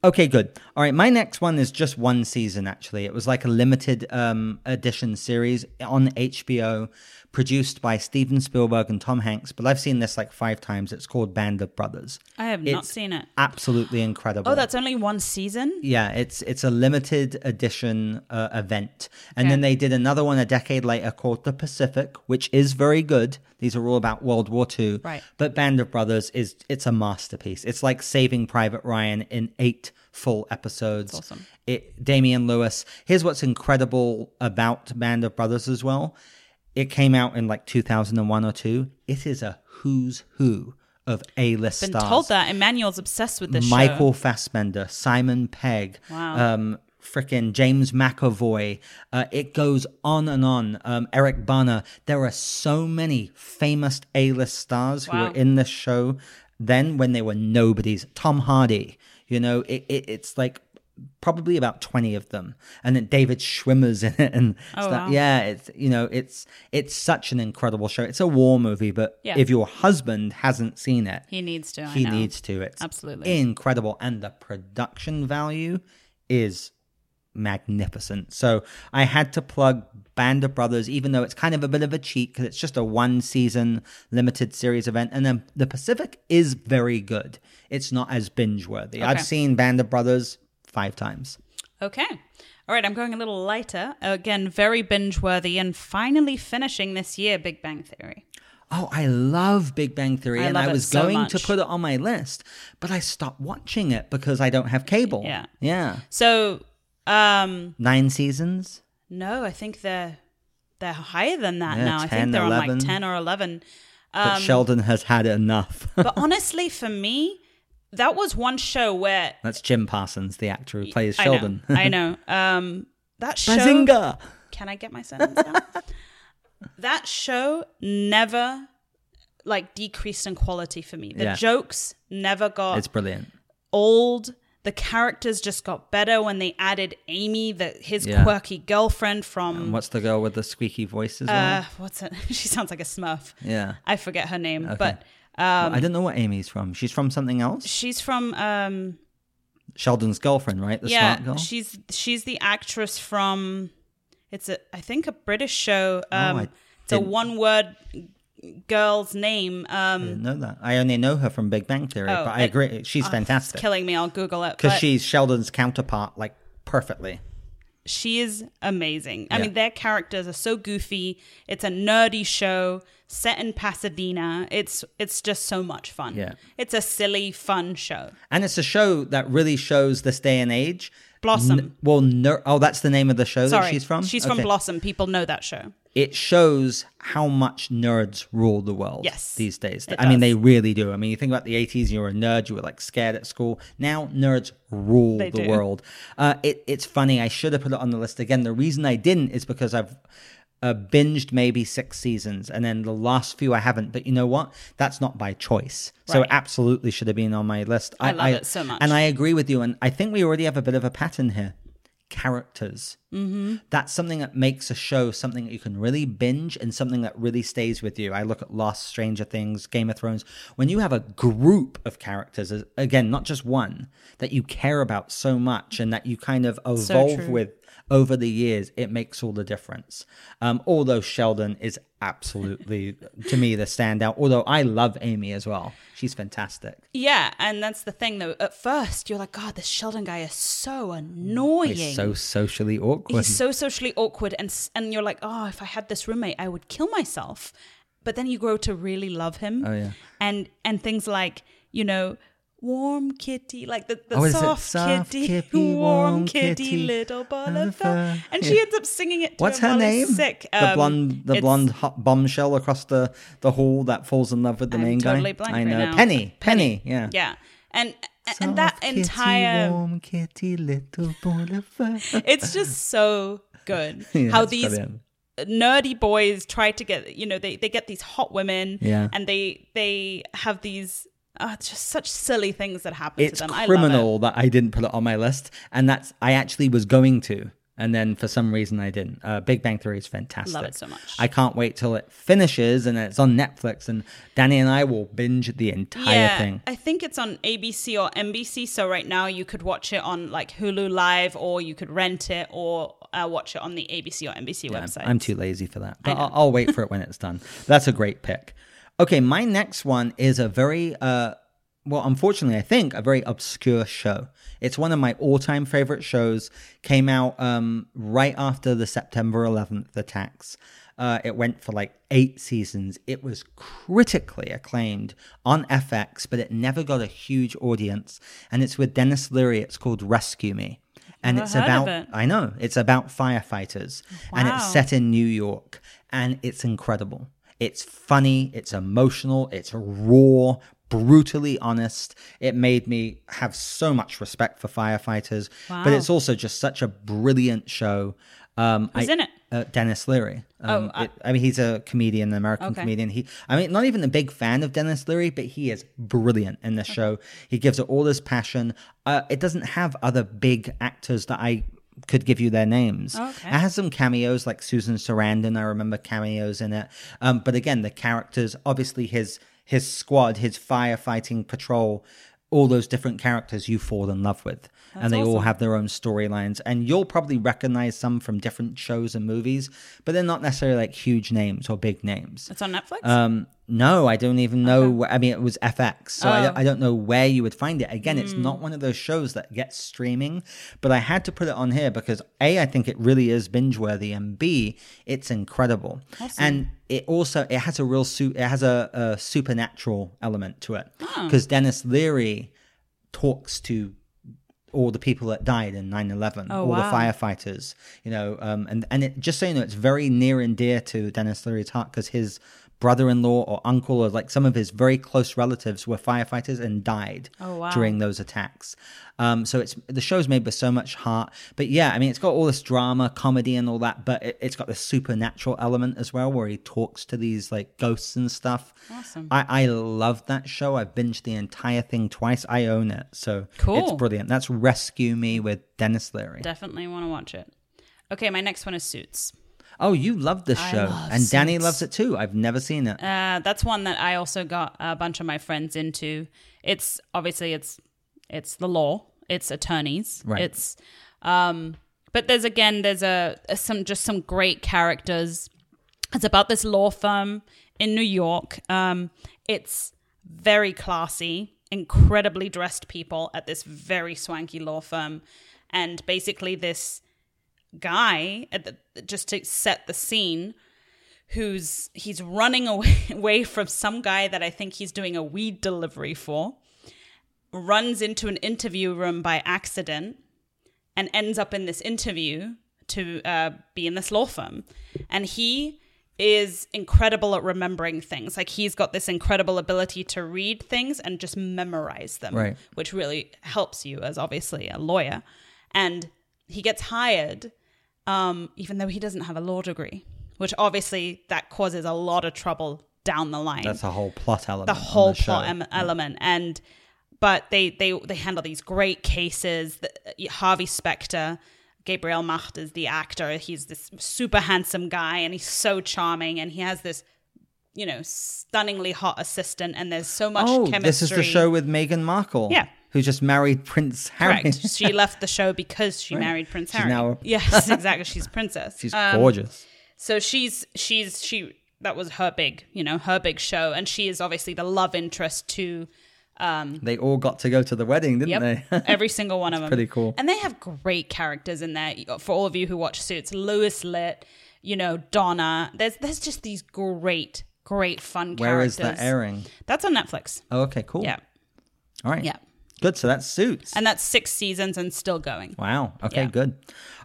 Okay, good. All right, my next one is just one season actually. It was like a limited um, edition series on HBO, produced by Steven Spielberg and Tom Hanks. But I've seen this like five times. It's called Band of Brothers. I have not It's seen it. Absolutely incredible. Oh, that's only one season. yeah. It's it's a limited edition uh, event, and then Okay. they did another one a decade later called The Pacific, which is very good. These are all about World War II. Right. But Band of Brothers is it's a masterpiece. It's like Saving Private Ryan in eight full episodes. awesome. It Damian Lewis. Here's what's incredible about Band of Brothers as well. It came out in like 2001 or two. It is a who's who of A-list Been stars. told that Emmanuel's obsessed with this show. Michael Fassbender, Simon Pegg, Wow. um, frickin' James McAvoy. Uh, it goes on and on. Um, Eric Bana. There are so many famous A-list stars who Wow. were in this show then when they were nobodies. Tom Hardy. You know, it, it, it's like probably about 20 of them and then david schwimmer's in it and stuff. Oh, wow. yeah it's you know it's it's such an incredible show it's a war movie but Yeah. if your husband hasn't seen it He needs to. he I know. needs to. It's Absolutely. incredible, and the production value is magnificent. So I had to plug Band of Brothers, even though it's kind of a bit of a cheat because it's just a one season limited series event. And then The Pacific is very good. It's not as binge worthy. I've Okay. seen Band of Brothers five times. Okay. All right, I'm going a little lighter. Again, very binge worthy and finally finishing this year Big Bang Theory. Oh, I love Big Bang Theory, I and love I it was so going to much. put it on my list, but I stopped watching it because I don't have cable. Yeah. Yeah. So, um Nine seasons. no, I think they're they're higher than that Yeah, now. I 10, think they're on 11. like 10 or 11. that Um, Sheldon has had enough. But honestly, for me, that was one show where That's Jim Parsons, the actor who plays I know, Sheldon. I know. Um that show Bazinga! Can I get my sentence down? that show never like decreased in quality for me. The Yeah. jokes never got It's brilliant. old. The characters just got better when they added Amy, the his Yeah. quirky girlfriend from What's the girl with the squeaky voice as well? uh, what's it? she sounds like a Smurf. yeah. I forget her name, but um, I don't know what Amy's from. She's from something else. she's from um, Sheldon's girlfriend, right? The smart yeah, girl. she's she's the actress from it's a I think a British show. Um, Oh, I it's a didn't- one word girl's name. Um, I didn't know that. I only know her from Big Bang Theory, Oh, but I it- agree. She's oh, It's fantastic killing me. I'll Google it. because But she she's Sheldon's counterpart, like perfectly. she is amazing. I Yeah. mean, their characters are so goofy. It's a nerdy show set in Pasadena. It's it's just so much fun. Yeah. It's a silly, fun show. And it's a show that really shows this day and age. Blossom. N- well, ner- oh, that's the name of the show Sorry, that she's from. She's Okay. from Blossom. People know that show. it shows how much nerds rule the world Yes, these days. it I mean, does. they really do. I mean, you think about the 80s, you were a nerd, you were like scared at school. Now nerds rule They the do. world. Uh, it, it's funny. I should have put it on the list again. The reason I didn't is because I've uh, binged maybe six seasons and then the last few I haven't. But you know what? That's not by choice. So it Right. absolutely should have been on my list. I love it so much. And I agree with you. And I think we already have a bit of a pattern here. Characters. Mm-hmm. That's something that makes a show something that you can really binge and something that really stays with you. I look at Lost, Stranger Things, Game of Thrones. When you have a group of characters, as- again, not just one, that you care about so much and that you kind of evolve true. with over the years, it makes all the difference. Um, although Sheldon is absolutely, to me, the standout. Although I love Amy as well. She's fantastic. Yeah, and that's the thing though. At first, you're like, God, this Sheldon guy is so annoying. He's so socially awkward. He's so socially awkward, and s- and you're like, oh, if I had this roommate, I would kill myself. But then you grow to really love him. Oh, yeah. And and things like you know, warm kitty, like the, the Oh, is it soft, soft kitty, kitty, warm, warm kitty, kitty, little ball and of fur. fur. And Yeah. she ends up singing it. To What's him her while name? he's Sick. the Um, blonde, the it's- blonde hot bombshell across the the hall that falls in love with the I'm main totally guy. blank I right know now. Penny, Penny, yeah, Yeah. And and that Soft kitty, entire warm kitty, little ball of fur. it's just so good Yeah, how it's these brilliant. nerdy boys try to get you know they, they get these hot women Yeah. and they they have these uh, just such silly things that happen It's to them I love it. criminal that I didn't put it on my list, and that's I actually was going to. and then for some reason I didn't. Uh, Big Bang Theory is fantastic. Love it so much. I can't wait till it finishes and it's on Netflix, and Danny and I will binge the entire yeah, thing. I think it's on ABC or NBC. So right now you could watch it on like Hulu Live, or you could rent it, or uh, watch it on the ABC or NBC Yeah, I'm- website. I'm too lazy for that. But I'll, I'll wait for it when it's done. That's a great pick. Okay, my next one is a very, uh, well, unfortunately, I think a very obscure show. It's one of my all-time favorite shows. Came out um, right after the September 11th attacks. Uh, it went for like eight seasons. It was critically acclaimed on FX, but it never got a huge audience. And it's with Dennis Leary. It's called Rescue Me, and Never it's heard of about it. I know. It's about firefighters and it's Wow. set in New York and it's incredible. It's funny, it's emotional, it's raw, brutally honest. It made me have so much respect for firefighters, but Wow. it's also just such a brilliant show. Um, Who's I- in it? Uh, Dennis Leary. Um, Oh, I- it- I mean, he's a comedian, an American Okay. comedian. He, I mean, not even a big fan of Dennis Leary, but he is brilliant in the show. He gives it all his passion. Uh, it doesn't have other big actors that I could give you their names. Oh, Okay. It has some cameos like Susan Sarandon. I remember cameos in it. Um, but again, the characters, obviously his his squad, his firefighting patrol, all those different characters you fall in love with, and they all have their own storylines. And you'll probably recognize some from different shows and movies, but they're not necessarily like huge names or big names. It's on Netflix. Um, no, I don't even know. wh- I mean, it was FX, so I, don't, I don't know where you would find it. Again, it's not one of those shows that gets streaming, but I had to put it on here because A, I think it really is binge worthy, and B, it's incredible. And it also it has a real su- it has a, a supernatural element to it because Dennis Leary talks to all the people that died in 9-11 all Oh, wow. the firefighters you know um, and and it, just so you know it's very near and dear to dennis leary's heart because his brother-in-law or uncle or like some of his very close relatives were firefighters and died Oh, wow. during those attacks um, so it's the show's made with so much heart but yeah i mean it's got all this drama comedy and all that but it, it's got this supernatural element as well where he talks to these like ghosts and stuff Awesome. I, I love that show. I've binged the entire thing twice. I own it. So it's Cool. brilliant. That's Rescue Me with Dennis Leary. Definitely want to watch it. Okay, my next one is Suits. oh, you love this show. love and Danny Suits. loves it too. I've never seen it. Uh, that's one that I also got a bunch of my friends into. It's obviously it's it's the law, it's attorneys, Right. it's um, but there's again there's a, a some just some great characters. It's about this law firm in New York. Um, it's very classy, incredibly dressed people at this very swanky law firm, and basically this guy at the, just to set the scene who's he's running away, away from some guy that I think he's doing a weed delivery for, runs into an interview room by accident, and ends up in this interview to uh, be in this law firm. And he is incredible at remembering things. Like he's got this incredible ability to read things and just memorize them, Right. which really helps you as obviously a lawyer. And he gets hired um, even though he doesn't have a law degree, which obviously that causes a lot of trouble down the line. That's a whole plot element. the on whole show. plot em- element, and but they they they handle these great cases. The, Harvey Specter, Gabriel Macht is the actor. He's this super handsome guy, and he's so charming, and he has this. You know, stunningly hot assistant, and there's so much Oh, chemistry. this is the show with Meghan Markle. Yeah. Who just married Prince Harry. Correct. she left the show because she married Prince She's Harry. now a- yes, exactly. She's a princess. She's Um, gorgeous. so she's she's she that was her big you know her big show and she is obviously the love interest to They all got to go to the wedding, didn't yep, they? every single one of them pretty cool. and they have great characters in there for all of you who watch suits lewis lit you know donna there's there's just these great great fun Where is characters that airing? that's on netflix Oh, okay, cool. yeah All right. Yeah. Good. So that suits. and that's six seasons and still going wow. Okay, Yeah. good.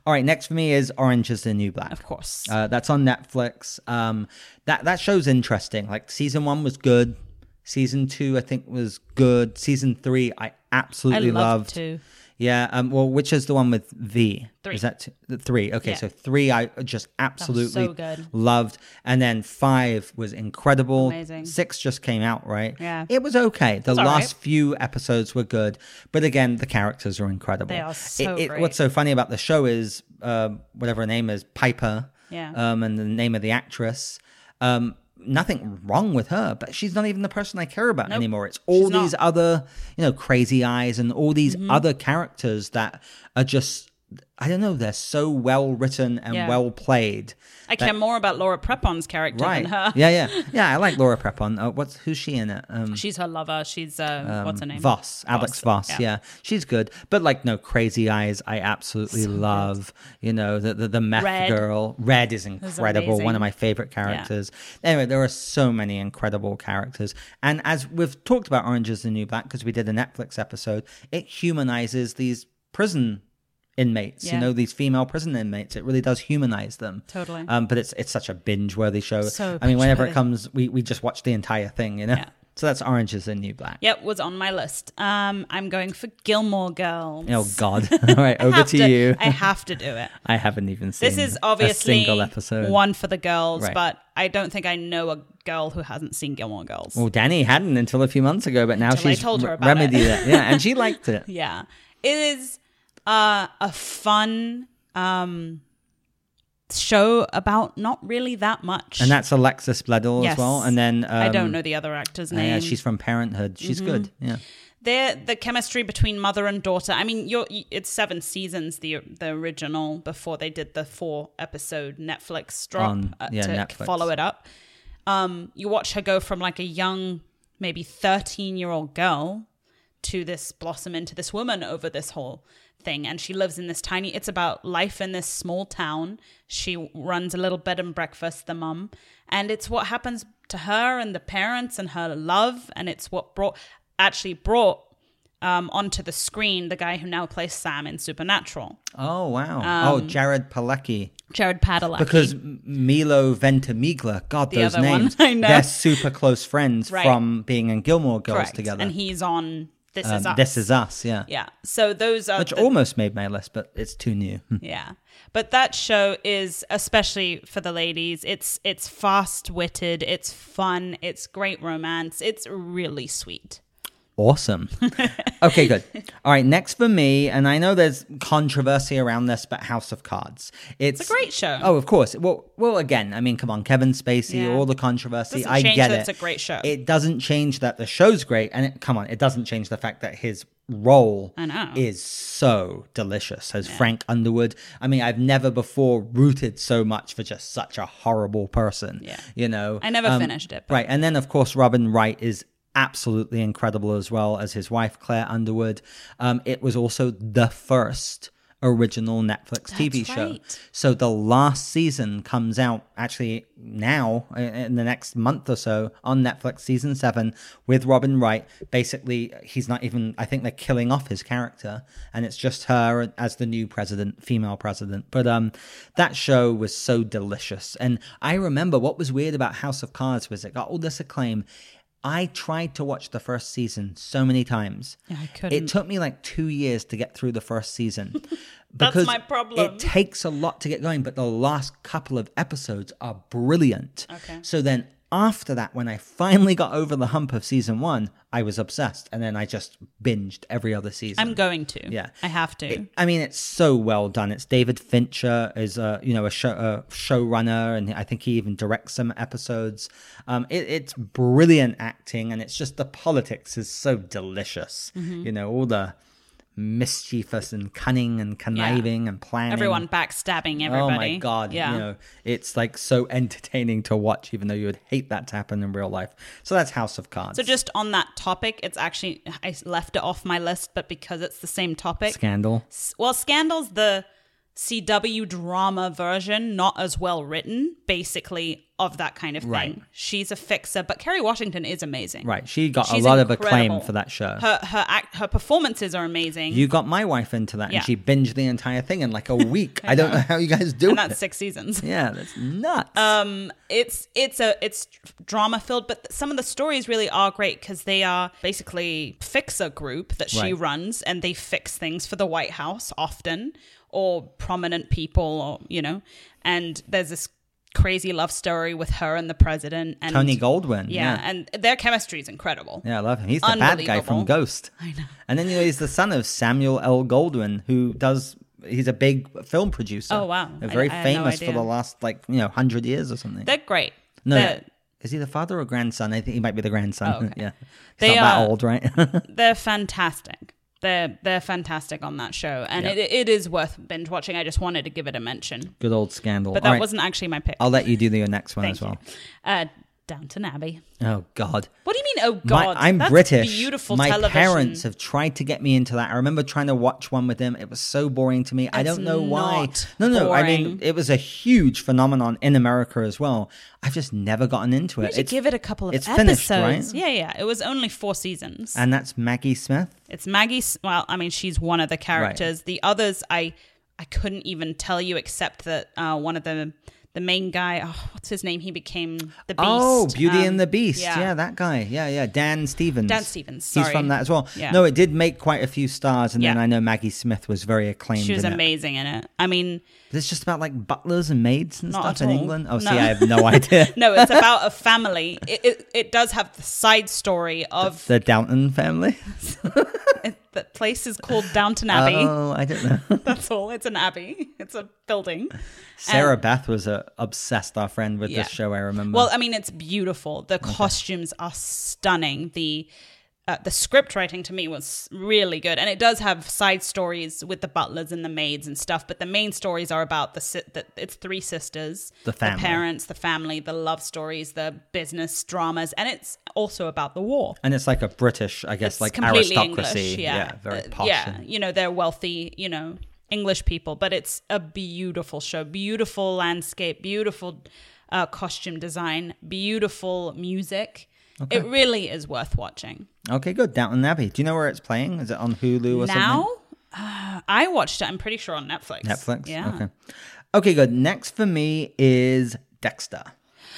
All right. Next for me is Orange is the New Black. of course Uh, that's on Netflix. Um, that that show's interesting. Like season one was good. Season two, I think, was good. Season three, I i absolutely love loved. to Yeah. Um. Well, which is the one with V? Three. Is that t- the three? Okay. Yeah. So three, I just absolutely so good. loved, and then five was incredible. Amazing. Six just came out, right? Yeah. It was okay. The all last right. few episodes were good, but again, the characters are incredible. They are so great. What's so funny about the show is, uh, whatever her name is, Piper. Yeah. Um, and the name of the actress. Um. Nothing wrong with her, but she's not even the person I care about anymore. It's all She's not. Mm-hmm. these other you know crazy eyes and all these other characters that are just i don't know they're so well written and Yeah. well played I care more about Laura Prepon's character right than her. yeah yeah yeah i like laura prepon uh, what's who's she in it um She's her lover. She's uh, what's her name? Voss, Alex Voss, yeah. yeah. she's good, but like no crazy eyes. I absolutely love, you know, the the, the meth Red. girl. Red is incredible, one amazing. of my favorite characters. Anyway, there are so many incredible characters, and as we've talked about Orange Is the New Black because we did a Netflix episode, it humanizes these prison inmates. Yeah. You know, these female prison inmates. It really does humanize them. Totally. Um, but it's it's such a binge worthy show. So I mean, whenever binge-worthy. it comes, we we just watch the entire thing. You know. So that's Orange is the New Black. Yep, was on my list. Um, I'm going for Gilmore Girls. Oh God! All right, over Have to, you. I have to do it. I haven't even seen This is obviously a single episode. one for the girls, Right. but I don't think I know a girl who hasn't seen Gilmore Girls. Well, Danny hadn't until a few months ago, but now Until I she's told her re- about remedied it. it. Yeah, and she liked it. Yeah. It is uh, a fun um, show about not really that much. And that's Alexis Bledel Yes. as well. And then um, I don't know the other actor's name. Mm-hmm. Yeah, she's from Parenthood. She's good. Yeah, They're, the chemistry between mother and daughter. I mean, you're, you- it's seven seasons the the original before they did the four episode Netflix drop On- uh, yeah, to Netflix. follow it up. Um, you watch her go from like a young, maybe thirteen year old girl to this blossom into this woman over this whole thing, and she lives in this tiny. It's about life in this small town. She runs a little bed and breakfast, the mum, and it's what happens to her and the parents and her love, and it's what brought actually brought um, onto the screen the guy who now plays Sam in Supernatural, Oh wow. Um, oh, Jared Palecki. Jared Padalecki. Because M- Milo Ventimiglia, God, The those other one, names. I know. They're super close friends Right. from being in Gilmore Girls correct, together. and he's on This Um, Is Us. This is us. Yeah. yeah. So those are Which the- almost made my list, but it's too new. Hmm. yeah. But that show is especially for the ladies. It's it's fast witted. It's fun. It's great romance. It's really sweet. Awesome. Okay, good. All right, next for me, and I know there's controversy around this, but House of Cards. It's, It's a great show. Oh, of course. Well, well, again, I mean, come on, Kevin Spacey, Yeah. all the controversy. Doesn't I change get that it. it's a great show. It doesn't change that the show's great, and it, come on, it doesn't change the fact that his role I know. is so delicious as Frank Underwood. I mean, I've never before rooted so much for just such a horrible person. Yeah. you know, Um, I never finished it, but- Right, and then of course Robin Wright is absolutely incredible as well as his wife Claire Underwood. Um, it was also the first original Netflix TV show. right. So the last season comes out actually now i- in the next month or so on Netflix season 7 with Robin Wright. Basically, he's not even I think they're killing off his character and it's just her as the new president, female president. But um that show was so delicious and I remember what was weird about House of Cards was it got all this acclaim. I tried to watch the first season so many times. I It couldn't. took me like two years to get through the first season. That's because my problem. It takes a lot to get going, but the last couple of episodes are brilliant. Okay. So then after that, when I finally got over the hump of season one, I was obsessed. And then I just binged every other season. I'm going to. Yeah. I have to. I mean, it's so well done. It's David Fincher is a you know a show a showrunner, and I think he even directs some episodes. Um, it, it's brilliant acting, and it's just the politics is so delicious. Mm-hmm. You know, all the mischievous and cunning and conniving and planning. Everyone backstabbing Oh everybody. my god! Yeah. You know, it's like so entertaining to watch, even though you would hate that to happen in real life. So that's House of Cards. So just on that topic, it's actually I left it off my list, but because it's the same topic, Scandal. S- well, Scandal's the CW drama version, not as well written, basically, of that kind of thing. Right. She's a fixer, but Kerry Washington is amazing. Right. She got She's a lot of acclaim incredible. for that show. Her her act, her performances are amazing. you got my wife into that Yeah. and she binged the entire thing in like a week. I don't know how you guys do and Um, it. that's six seasons. Yeah, that's nuts. it's it's a it's drama filled but some of the stories really are great because they are basically fixer group that she Right. runs and they fix things for the white house often or prominent people or you know and there's this crazy love story with her and the president and Tony Goldwyn. yeah, Yeah. and their chemistry is incredible Yeah, I love him. He's the bad guy Unbelievable. from Ghost. i know And then you know, he's the son of Samuel L. Goldwyn, who does. He's a big film producer. Oh, wow. I- very I had no famous for idea. the last like you know hundred years or something. they're great no, they're, is he the father or grandson? I think he might be the grandson. Oh, okay. yeah, They uh, he's not are- that old, right? they're fantastic they're they're fantastic on that show and it, it is worth binge watching i just wanted to give it a mention Good old scandal. but All that right, wasn't actually my pick I'll let you do the next one Thank as well. you. Uh, Downton Abbey. Oh God. What do you mean? Oh My- God, I'm That's British. Beautiful My television. parents have tried to get me into that. I remember trying to watch one with them. It was so boring to me. I That's don't know why. not No, no. I mean, boring. it was a huge phenomenon in America as well. I've just never gotten into You it. should It's- give it a couple of it's episodes. finished, right? Yeah, yeah. It was only four seasons. and that's Maggie Smith. it's Maggie. S- Well, I mean, she's one of the characters. The others, I, I couldn't even tell you except that uh, one of the the main guy. Oh, what's his name? He became the Beast. Oh, Beauty Um, and the Beast. yeah. Yeah. that guy. Yeah, yeah. Dan Stevens. Dan Stevens, He's sorry. from that as well. Yeah. No, it did make quite a few stars, and then Yeah. I know Maggie Smith was very acclaimed. She was in it. amazing in it. I mean, But It's just about like butlers and maids and Not stuff at in all. England. Oh, No. see, I have no idea. no, it's about a family. It, it, it does have the side story of the Downton family. the place is called Downton Abbey. Oh, I don't know. That's all. It's an abbey. It's a building. Sarah Beth was uh, obsessed, our friend, with Yeah. this show. I remember. Well, um, I mean, it's beautiful. The costumes are stunning. The uh, the script writing to me was really good, and it does have side stories with the butlers and the maids and stuff. But the main stories are about the si- that it's three sisters, The family. parents, the family, the love stories, the business dramas, and it's also about the war. and it's like a British, I guess, It's like completely aristocracy. English, yeah. very Uh, posh. Yeah, and- you know they're wealthy, you know English people, but it's a beautiful show, beautiful landscape, beautiful uh, costume design, beautiful music. It really is worth watching. Okay, good. Downton Abbey. Do you know where it's playing? Is it on Hulu or now, uh, I watched it. I'm pretty sure on Netflix. something? Netflix. Yeah. Okay. Okay, good. Next for me is Dexter.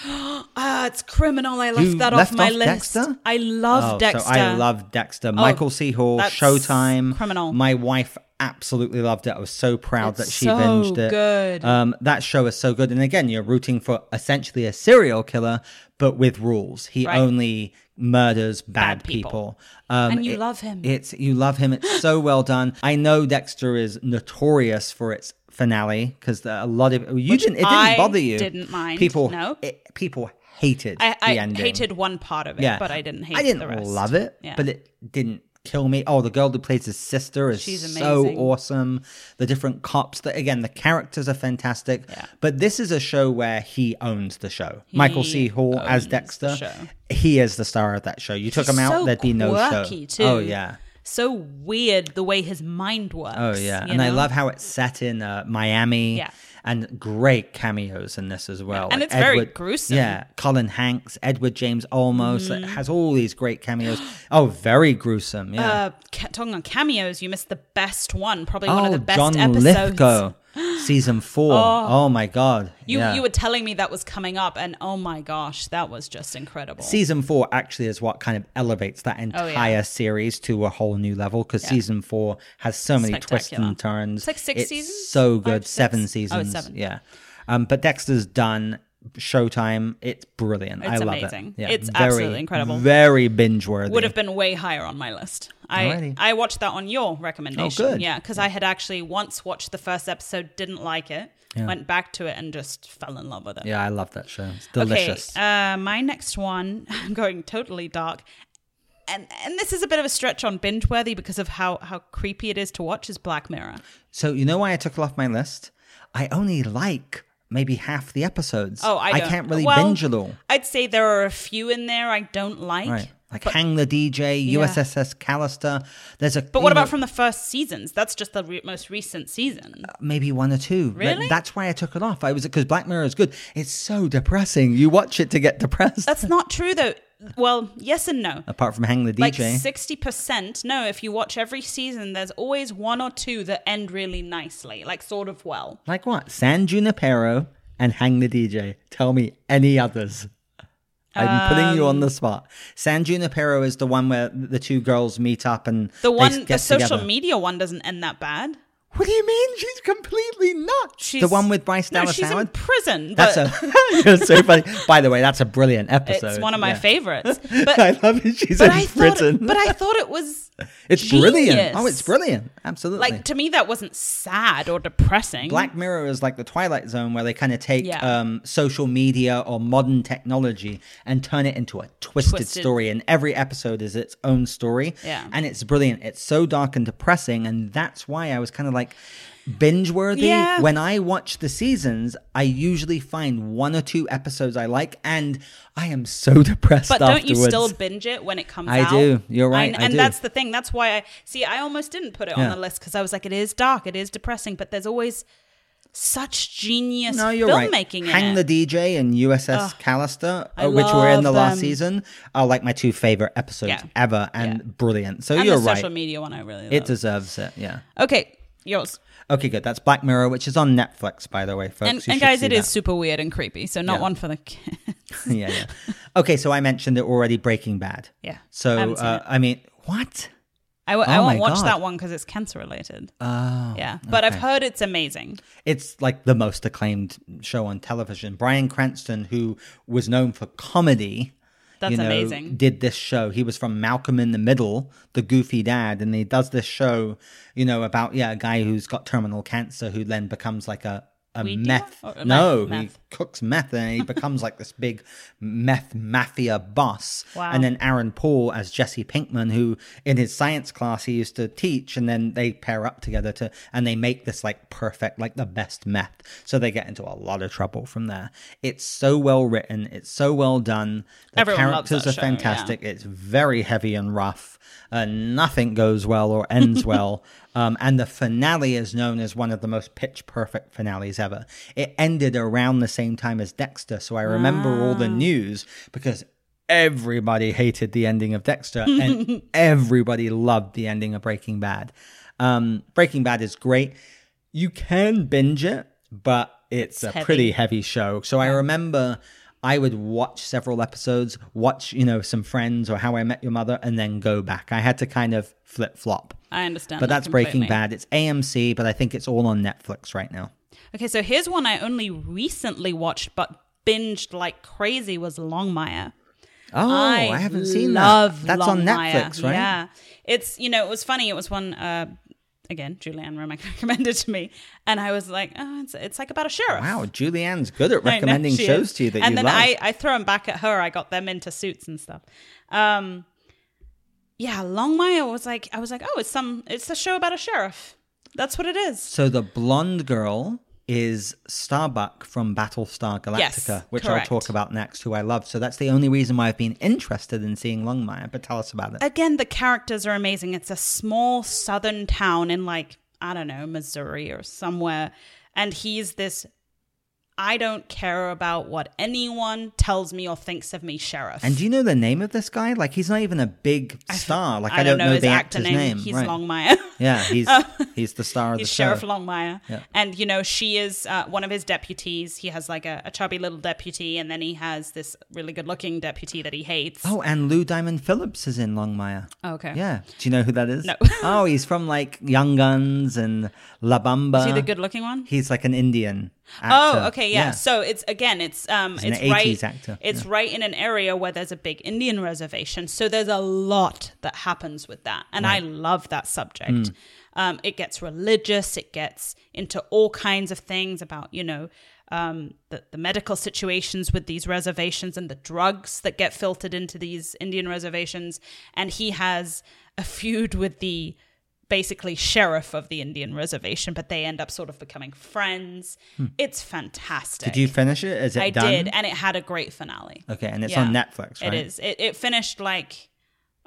Ah, it's criminal. I left You that left off my off list. Dexter? I love Oh, Dexter. Oh, So I love Dexter. Michael C. Hall, that's Showtime. criminal. My wife absolutely loved it. I was so proud It's that she so binged it. good. Um, that show is so good. And again, you're rooting for essentially a serial killer, but with rules. He Right. only murders bad, Bad people. people. Um, And you love him. It's you love him. It's so well done. I know Dexter is notorious for its finale because a lot of you didn't. It didn't I bother you. didn't mind, People. no. It, people hated I, I the ending. hated one part of it, Yeah. but I didn't hate I didn't the rest. love it, Yeah. but it didn't kill me. Oh, the girl who plays his sister is She's so amazing. awesome. The different cops that again, the characters are fantastic. Yeah. But this is a show where he owns the show. Michael C. Hall as Dexter. show. He is the star of that show. You took him out, so there'd be no show. quirky, too. Oh yeah. so weird the way his mind works. Oh yeah, you and I know? love how it's set in uh, Miami. Yeah. and great cameos in this as well. And it's very gruesome. Mm-hmm. Yeah, Colin Hanks, Edward James Olmos it has all these great cameos. oh, very gruesome. Yeah. Uh, ca- talking on cameos, you missed the best one, probably Uh, one of the best Oh, John episodes. Lithgow, season four. Oh, my god. You yeah. you were telling me that was coming up, and oh my gosh, that was just incredible. season four actually is what kind of elevates that Oh, entire yeah. series to a whole new level because season four has so many twists Spectacular. and turns. It's like six seasons? So good, Five, six? seven Oh, it's seasons. seven. Yeah, um, but Dexter's done. Showtime, it's brilliant. I It's love amazing. it. Yeah, It's very, absolutely incredible. Very binge worthy. would have been way higher on my list. I Alrighty. Oh, I watched that on your recommendation. good. Yeah, because I had actually once watched the first episode, didn't like it, went back to it, and just fell in love with it. Yeah, I love that show. It's delicious. Okay, uh, my next one, I'm going totally dark. And, and this is a bit of a stretch on binge worthy because of how, how creepy it is to watch is Black Mirror. So you know why I took it off my list? I only like maybe half the episodes. Oh, I, I don't- can't really well, binge it all. I'd say there are a few in there I don't like. Right. Like Hang the DJ, USSS Callister. There's a. But what you know, about from the first seasons? That's just the re- most recent season. maybe one or two? That- Really? That's why I took it off. I was because Black Mirror is good. It's so depressing. You watch it to get depressed. That's not true though. Well, yes and no. Apart from Hang the Like DJ. sixty percent. No, if you watch every season, there's always one or two that end really nicely, like sort of well. Like what? San Junipero and Hang the DJ. Tell me any others. I'm putting you Um, on the spot. San Junipero is the one where the two girls meet up and The they one, the get social together. media one, doesn't end that bad. What do you mean? She's completely nuts. She's the one with Bryce No, Dallas she's in Howard. prison. That's but a. You're so funny. By the way, that's a brilliant episode. it's one of my Yeah. favorites. I But love it. She's but in I thought prison. it, but I thought it was it's brilliant. Oh, it's genius. brilliant. Absolutely. like to me that wasn't sad or depressing. Black Mirror is like the Twilight Zone where they kind of take Yeah. um, social media or modern technology and turn it into a twisted, Twisted. story. And every episode is its own story. Yeah. And it's brilliant. It's so dark and depressing. And that's why I was kind of like binge worthy. Yeah. When I watch the seasons, I usually find one or two episodes I like. And I am so depressed But afterwards. don't you still binge it when it comes I out? do. You're right. And, I and do. that's the thing. That's why I see. I almost didn't put it Yeah. on the list because I was like, it is dark, it is depressing, but there's always such genius No, you're right. filmmaking in Hang it. the DJ and USS Callister, I uh, which were in the love last them. season, are like my two favorite episodes Yeah. ever and brilliant. So and you're the right. social media one. I really love. It deserves it. Yeah. okay, yours. Okay, good. That's Black Mirror, which is on Netflix, by the way, folks. And, You and should guys, see it is that. super weird and creepy. So not Yeah. one for the kids. yeah, yeah. Okay, so I mentioned it already. Breaking Bad. yeah. I, So haven't seen uh, it. I mean, what? I, w- I oh won't my watch God. that one because it's cancer related. Oh, yeah, but I've okay. heard it's amazing. it's like the most acclaimed show on television. Brian Cranston, who was known for comedy, That's you know, amazing. Did this show? He was from Malcolm in the Middle, the goofy dad, and he does this show, you know, about yeah, a guy who's got terminal cancer who then becomes like a a Weed meth. dealer? Or a no, meth- he meth. cooks meth and he becomes like this big meth mafia boss. Wow. And then Aaron Paul as Jesse Pinkman, who in his science class he used to teach, and then they pair up together to and they make this like perfect, like the best meth. So they get into a lot of trouble from there. It's so well written, it's so well done. The Everyone loves characters that are show, yeah. fantastic. It's very heavy and rough. Uh, nothing goes well or ends well. Um, and the finale is known as one of the most pitch perfect finales ever. It ended around the same time as Dexter. So I remember all the news because everybody hated the ending of Dexter and everybody loved the ending of Breaking Bad. Um, Breaking Bad is great. You can binge it, but it's, a heavy. pretty heavy show. So I remember I would watch several episodes, watch, you know, some friends or How I Met Your Mother, and then go back. I had to kind of flip flop. I understand. But that that's Breaking completely. Bad. It's AMC, but I think it's all on Netflix right now. Okay, so here's one I only recently watched but binged like crazy was Longmire. Oh, I, haven't seen that. love That's on Longmire. Netflix, right? Yeah. It's, you know, it was funny. It was one, uh, again, Julianne Romack recommended to me. And I was like, oh, it's, it's like about a sheriff. Wow, Julianne's good at I know, recommending she shows is. to you that and you then love. I, I throw them back at her. I got them into suits and stuff. Um, yeah, Longmire was like, I was like, oh, it's some, it's a show about a sheriff. That's what it is. So the blonde girl is Starbuck from Battlestar Galactica, Yes, which correct. I'll talk about next, who I love. So that's the only reason why I've been interested in seeing Longmire. But tell us about it. again, the characters are amazing. It's a small southern town in like, I don't know, Missouri or somewhere. And he's this I don't care about what anyone tells me or thinks of me sheriff. and do you know the name of this guy? Like he's not even a big star. Like I, don't, know, his the actor actor's name. name. He's right. Longmire. Yeah, he's he's the star of He's the Sheriff show. Longmire. Yeah. And, you know, she is uh, one of his deputies. He has like a, a chubby little deputy, and then he has this really good looking deputy that he hates. oh, and Lou Diamond Phillips is in Longmire. Oh, okay. Yeah. Do you know who that is? No. oh, he's from like Young Guns and La Bamba. Is he the good looking one? He's like an Indian. Oh, actor. okay, yeah. So it's again, it's um, an it's right, 80s actor, it's yeah. right in an area where there's a big Indian reservation. So there's a lot that happens with that, and I love that subject. Mm. Um, it gets religious. It gets into all kinds of things about you know. Um, the, the medical situations with these reservations and the drugs that get filtered into these Indian reservations. And he has a feud with the basically sheriff of the Indian reservation, but they end up sort of becoming friends. It's fantastic. Hmm. Did you finish it? Is it I done? did, and it had a great finale. Okay, and it's Yeah. on Netflix, right? It is. It, it finished like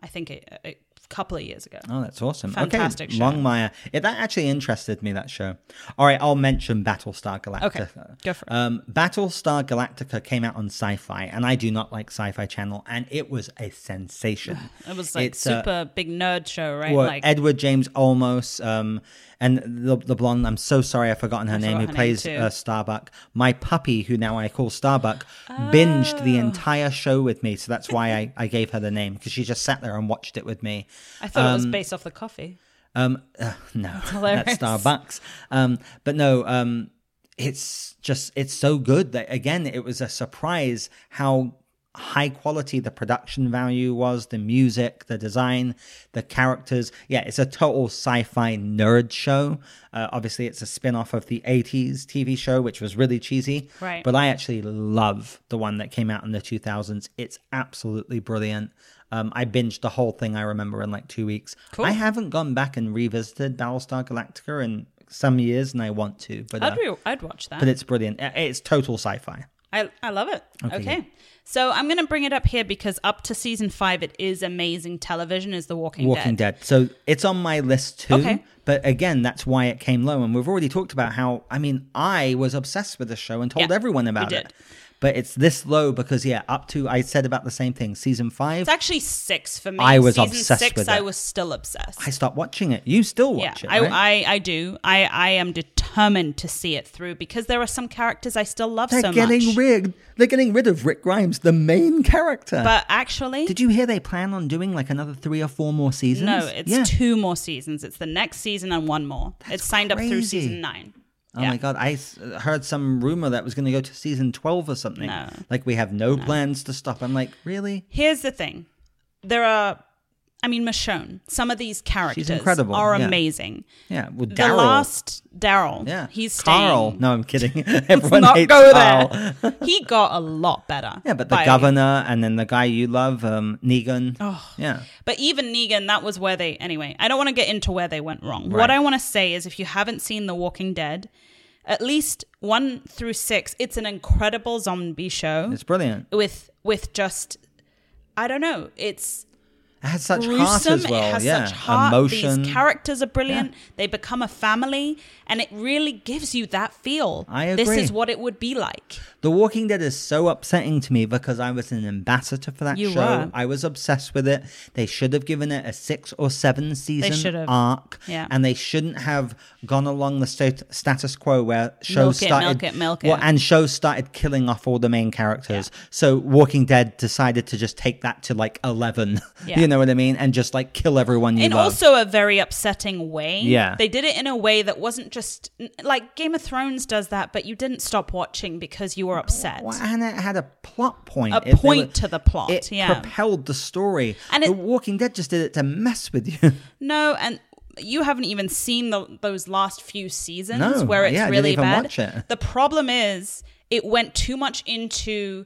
I think a, a couple of years ago. Oh, that's awesome. Fantastic okay, show. Longmire. Yeah, that actually interested me, that show. All right, I'll mention Battlestar Galactica. Okay, go for it. Um, Battlestar Galactica came out on Sci Fi, and I do not like Sci Fi Channel, and it was a sensation. It was like It's, uh, super big nerd show, right? Well, like Edward James Olmos, um, and the, the blonde. I'm so sorry, I've forgotten her name. forgot Who her name plays too. uh, Starbuck? My puppy, who now I call Starbuck, binged Oh. the entire show with me. So that's why I, I gave her the name because she just sat there and watched it with me. I thought it was based off the coffee. Um, uh, no, hilarious. that's Starbucks. Um, but no, um, it's just it's so good that again it was a surprise how high quality the production value was, the music, the design, the characters. Yeah, it's a total sci-fi nerd show. Uh, obviously, it's a spin-off of the '80s TV show, which was really cheesy. Right. But I actually love the one that came out in the 2000s. It's absolutely brilliant. Um, I binged the whole thing. I remember in like two weeks. Cool. I haven't gone back and revisited Battlestar Galactica in some years, and I want to, but uh, I'd re- I'd watch that. but it's brilliant. Uh, It's total sci-fi. I, I love it. Okay. Okay. So I'm going to bring it up here because up to season five, it is amazing television, is The Walking, Walking Dead. So it's on my list too. Okay. But again, that's why it came low. And we've already talked about how, I mean, I was obsessed with the show and told Yeah, everyone about did. it. But it's this low because, yeah, up to, I said about the same thing. Season five, It's actually six for me. I was season obsessed six, with I it. was still obsessed. I stopped watching it. You still yeah, watch it. I, right? I, I do. I, I am determined to see it through because there are some characters I still love They're so getting much. rid. They're getting rid of Rick Grimes, the main character. but actually, Did you hear they plan on doing like another three or four more seasons? no, it's yeah. two more seasons. It's the next season and one more. it's signed up through crazy. season nine. Oh yeah. my god! I s- heard some rumor that was going to go to season twelve or something. No. Like we have no, plans to stop. I'm like, really? Here's the thing. There are, I mean, Michonne, some of these characters incredible, are yeah. amazing. Yeah. Well, The Daryl. last Daryl. yeah. He's staying. Carl. No, I'm kidding. Everyone Not hates go Carl. there. he got a lot better. Yeah, but the by- governor and then the guy you love, um, Negan. Oh. Yeah. But even Negan, that was where they. Anyway, I don't want to get into where they went wrong. What Right. I want to say is if you haven't seen The Walking Dead, at least one through six, it's an incredible zombie show It's brilliant. with with just. I don't know. It's It has such heart gruesome. as well. it has yeah. such heart. Emotion. These characters are brilliant. They become a family, and it really gives you that feel. I This agree. is what it would be like. The Walking Dead is so upsetting to me because I was an ambassador for that You show. were. I was obsessed with it. They should have given it a six or seven should season have. arc. Yeah. And they shouldn't have gone along the stat- status quo where shows Milk it, started milk it, milk Well, it. and shows started killing off all the main characters. So Walking Dead decided to just take that to like eleven. Yeah. you know what I mean? And just like kill everyone you in love. also a very upsetting way. Yeah. They did it in a way that wasn't just like Game of Thrones does that, but you didn't stop watching because you were upset. Well, and it had a plot point. A It- there point were- to the plot, It yeah. propelled the story. And it- the Walking Dead just did it to mess with you. No, and you haven't even seen the, those last few seasons No, where it's yeah, I didn't really even bad. watch it. The problem is it went too much into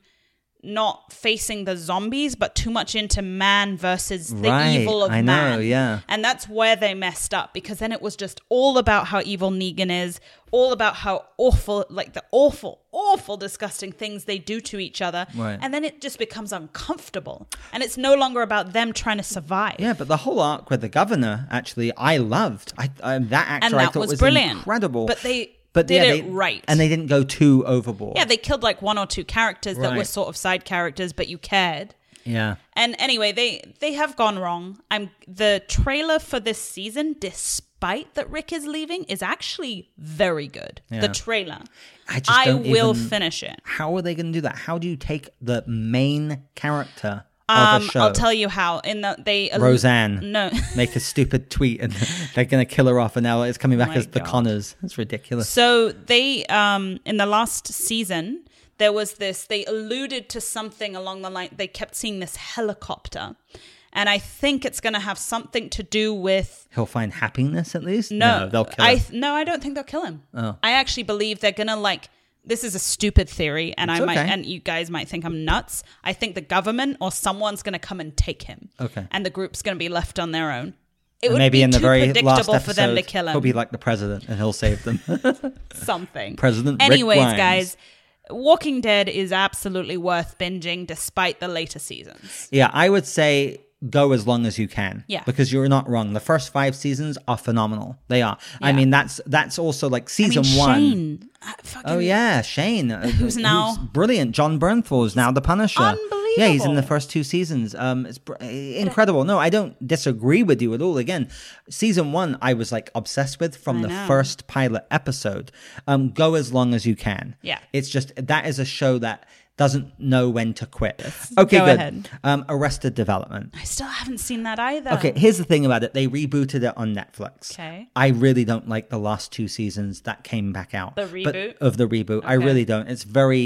not facing the zombies, but too much into man versus the Right, evil of I know, man. yeah. And that's where they messed up because then it was just all about how evil Negan is, all about how awful, like the awful, awful, disgusting things they do to each other. Right. And then it just becomes uncomfortable. And it's no longer about them trying to survive. Yeah, but the whole arc with the governor, actually, I loved. I, I that actor And I that thought was was, brilliant. incredible. But they did it right. and they didn't go too overboard. Yeah, they killed like one or two characters that were Right. sort of side characters, but you cared. yeah. And anyway, they they have gone wrong. I'm the trailer for this season, despite that Rick is leaving, is actually very good. The Yeah. trailer. I just I don't will even- finish it. How are they going to do that? How do you take the main character of a Um, show? I'll tell you how. In the they Roseanne. No. Make a stupid tweet and they're going to kill her off, and now it's coming back Oh My as the God. Connors. It's ridiculous. So they um in the last season there was this they alluded to something along the line they kept seeing this helicopter. And I think it's going to have something to do with He'll find happiness at least. No, they'll kill Oh. I her. th- no, I don't think they'll kill him. I actually believe they're gonna like. This is a stupid theory, and It's I might okay. and you guys might think I'm nuts. I think the government or someone's gonna come and take him. Okay. and the group's gonna be left on their own. It And would maybe be in the too very predictable last episode, for them to kill he'll him. be like the president and he'll save them. something. President Rick Anyways, Grimes. guys, Walking Dead is absolutely worth binging, despite the later seasons. Yeah, I would say go as long as you can. Yeah. Because you're not wrong. The first five seasons are phenomenal. They are. I Yeah. mean, that's that's also like I mean, season one. Shane. uh, fucking- Oh yeah, Shane, uh, Who's now- brilliant. John Bernthal is now the Punisher. unbelievable. uh, Yeah, he's in the first two seasons. Um, it's br- incredible. No, I don't disagree with you at all. Again, season one, I was like obsessed with from I the know. first pilot episode. Um, go as long as you can. Yeah. it's just that is a show that doesn't know when to quit. Okay, go good. ahead. Um, Arrested Development. I still haven't seen that either. Okay, here's the thing about it. They rebooted it on Netflix. Okay. I really don't like the last two seasons that came back out. The but- reboot? of the reboot. I Okay. really don't. It's very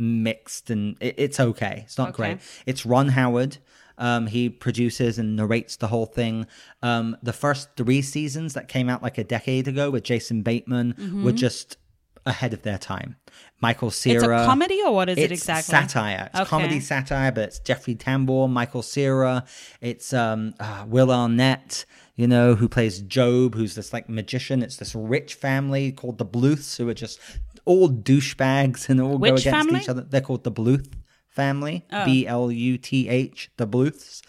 mismixed and it, it's okay. It's not Okay. great. It's Ron Howard. Um, he produces and narrates the whole thing. Um, the first three seasons that came out like a decade ago with Jason Bateman were just ahead of their time. Michael Cera Mm-hmm. It's a comedy or what is it uh, it's exactly? satire. It's comedy Okay. satire, but it's Jeffrey Tambor, Michael Cera, it's um, uh, Will Arnett, you know, who plays Job, who's this like magician. It's this rich family called the Bluths, who are just all douchebags and all Which go against family? each other. They're called the Bluth family, B L U T H, the Bluths.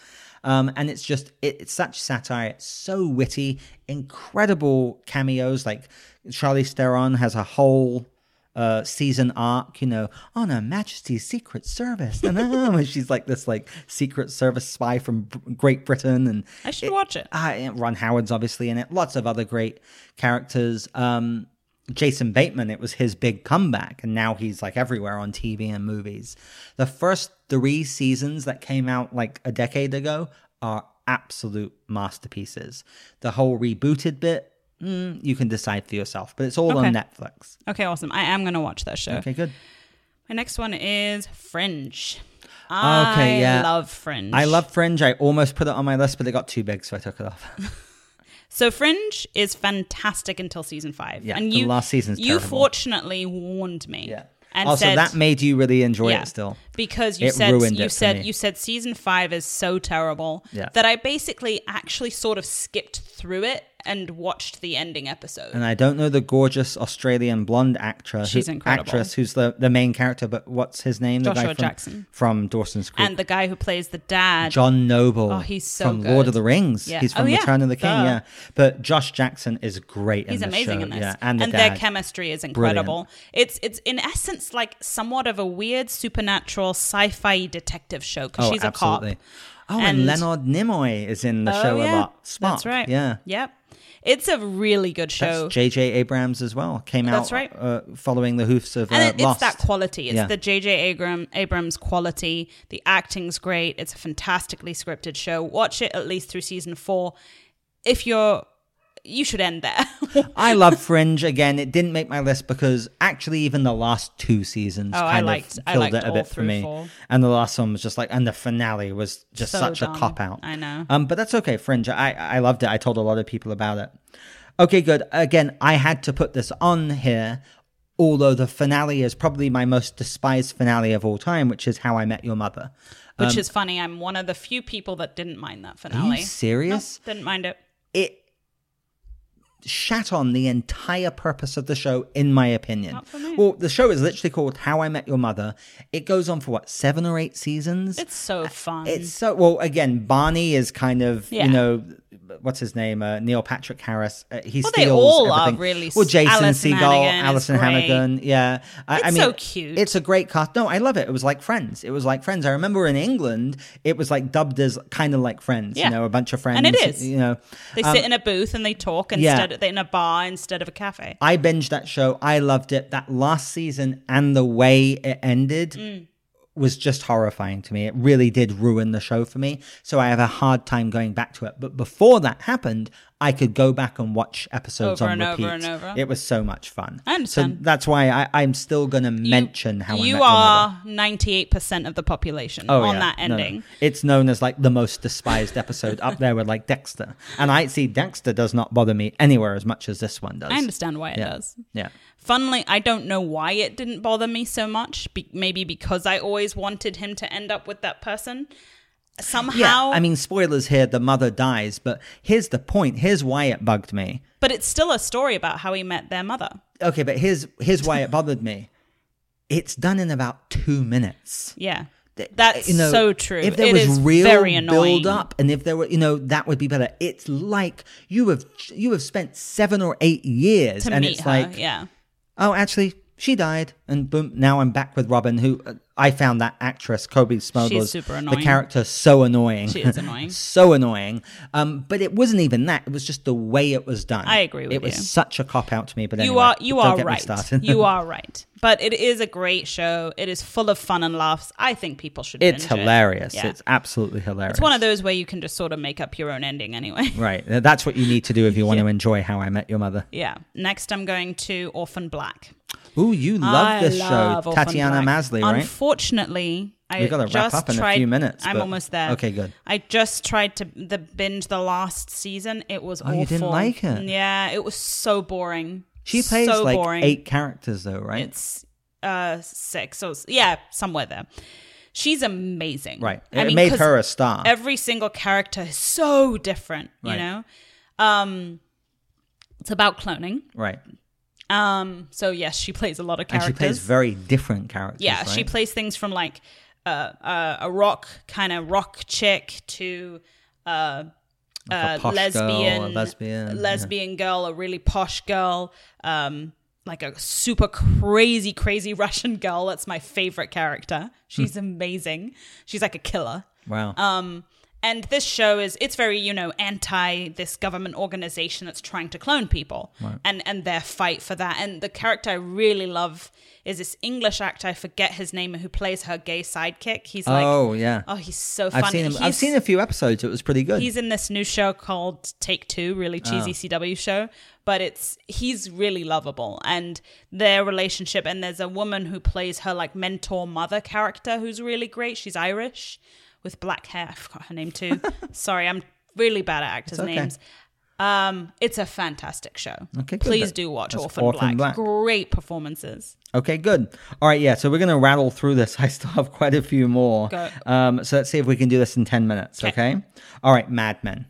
Um, and it's just it, it's such satire. It's so witty, incredible cameos. Like Charlie Theron has a whole uh, season arc, you know, on Her Majesty's Secret Service, and, uh, and she's like this like Secret Service spy from B- Great Britain, and I should watch it. uh, and Ron Howard's obviously in it. Lots of other great characters. Um, Jason Bateman, it was his big comeback, and now he's like everywhere on TV and movies. The first three seasons that came out like a decade ago are absolute masterpieces. The whole rebooted bit, mm, you can decide for yourself, but it's all on Okay. Uh, Netflix. Okay, awesome. I am gonna watch that show. Okay, good. My next one is Fringe. I yeah. love Fringe. I love Fringe. I almost put it on my list, but it got too big, so I took it off. So Fringe is fantastic until season five. Yeah, and the you last season's you terrible. fortunately warned me. Yeah. And also, said, that made you really enjoy yeah, it still. because you It said ruined it you for said me. you said season five is so terrible Yeah. that I basically actually sort of skipped through it and watched the ending episode. and I don't know the gorgeous Australian blonde actress. She's incredible. Actress who's the, the main character, but what's his name? the Joshua guy from, Jackson. from Dawson's Creek. and the guy who plays the dad, John Noble. Oh, he's so from Lord good. of the Rings. Yeah. He's from Oh, yeah. Return of the King. Duh. Yeah, but Josh Jackson is great. he's in this amazing show. in this. Yeah, and the their dad. chemistry is incredible. It's it's in essence like somewhat of a weird supernatural sci-fi detective show because Oh, she's a absolutely. cop. Oh, and, And- Leonard Nimoy is in the Oh, show yeah. a lot. Spock. That's right. Yeah. Yep. It's a really good That's show. J.J. Abrams as well. Came out That's right. uh, following the hoofs of and uh, it, it's Lost. that quality. It's Yeah. the J.J. Abram, Abrams quality. The acting's great. It's a fantastically scripted show. Watch it at least through season four. If you're, you should end there. I love Fringe again. It didn't make my list because actually, even the last two seasons Oh, I kind liked- of I killed liked it a all bit for through me. four. And the last one was just like, and the finale was just So such dumb. a cop out. I know. Um, but that's okay. Fringe. I I loved it. I told a lot of people about it. Okay, good. Again, I had to put this on here. Although the finale is probably my most despised finale of all time, which is How I Met Your Mother. Which is funny. I'm one of the few people that didn't mind that finale. Um, Are you serious? Didn't mind it. it shat on the entire purpose of the show, in my opinion. Not for me. Well, the show is literally called How I Met Your Mother. It goes on for what, seven or eight seasons? It's so fun. Uh, It's so well. Again, Barney is kind of Yeah. you know what's his name? Uh, Neil Patrick Harris. Uh, he Well, they steals all are everything. really- Well, Jason Alison Segel, Hannigan is Alison great. Hannigan. Yeah, I, I It's mean, so cute. It's a great cast. No, I love it. It was like Friends. It was like Friends. I remember in England, it was like dubbed as kind of like Friends. Yeah. You know, a bunch of friends. And it is. You know, they um, sit in a booth and they talk instead of, in a bar instead of a cafe. I binged that show. I loved it. That last season and the way it ended Mm. was just horrifying to me. It really did ruin the show for me. So I have a hard time going back to it. But before that happened, I could go back and watch episodes Over on and over repeat. and over. It was so much fun. I So understand. that's why I, I'm still going to mention how I Met you Your Mother. are 98% of the population Oh, on yeah. that No, no. ending. It's known as like the most despised episode up there with like Dexter. And I see Dexter does not bother me anywhere as much as this one does. I understand why it Yeah. does. Yeah. Funnily, I don't know why it didn't bother me so much. Be- maybe because I always wanted him to end up with that person. Somehow, Yeah, I mean, spoilers here. The mother dies, but here's the point. Here's why it bugged me. but it's still a story about how he met their mother. Okay, but here's here's why it bothered me. It's done in about two minutes. Yeah. th- That's so true. If there It was is real very annoying. build up, and if there were, you know, that would be better. It's like you have you have spent seven or eight years, to and meet it's her. like, yeah. oh, actually, she died, and boom, now I'm back with Robin, who uh, I found that actress Kobe Smulders, super the annoying. character, so annoying. She is annoying. so annoying. Um, but it wasn't even that. It was just the way it was done. I agree with It was you. such a cop out to me. But you anyway, are you don't are get me right. started. you are right. But it is a great show. It is full of fun and laughs. I think people should. it's binge it. hilarious. Yeah. It's absolutely hilarious. It's one of those where you can just sort of make up your own ending anyway. Right. Th- That's what you need to do if you want to enjoy How I Met Your Mother. yeah. Next, I'm going to Orphan Black. Ooh, you love I this love show. Orphan Tatiana Black. Masley, right? Unfortunately, I We've gotta wrap just up in a tried, few minutes, I'm but- almost there. Okay, good. I just tried to the binge the last season. It was Oh, awful. you didn't like it? Yeah, it was so boring. She plays so like boring. eight characters, though, right? It's uh six. So it's- yeah, somewhere there. She's amazing. right. It I mean, made 'cause her a star. every single character is so different. You Right. know, um, it's about cloning. right. Um, so yes, she plays a lot of And characters. she plays very different characters. Yeah, she right? plays things from like uh, uh, a rock kind of rock chick to uh, Like uh, a posh girl, a lesbian, lesbian, yeah. lesbian girl, a really posh girl, um, like a super crazy, crazy Russian girl. That's my favorite character. She's Hmm. amazing. She's like a killer. Wow. Um, and this show is it's very you know anti this government organization that's trying to clone people and and their fight for that. And the character I really love is this English actor I forget his name who plays her gay sidekick. He's like oh oh, yeah. he's so funny. I've seen him. I've He's- seen a few episodes. It was pretty good. He's in this new show called Take Two, really Ah. cheesy CW show, but it's he's really lovable and their relationship. And there's a woman who plays her like mentor mother character who's really great. She's Irish with black hair. I forgot her name too. Sorry, I'm really bad at actors' It's okay. names. Um, it's a fantastic show. Okay, good. please do watch That's Orphan, Orphan Black. Black. Great performances. Okay, good. All right, yeah. So we're gonna rattle through this. I still have quite a few more. Go. Um, so let's see if we can do this in ten minutes. Okay. All right, Mad Men.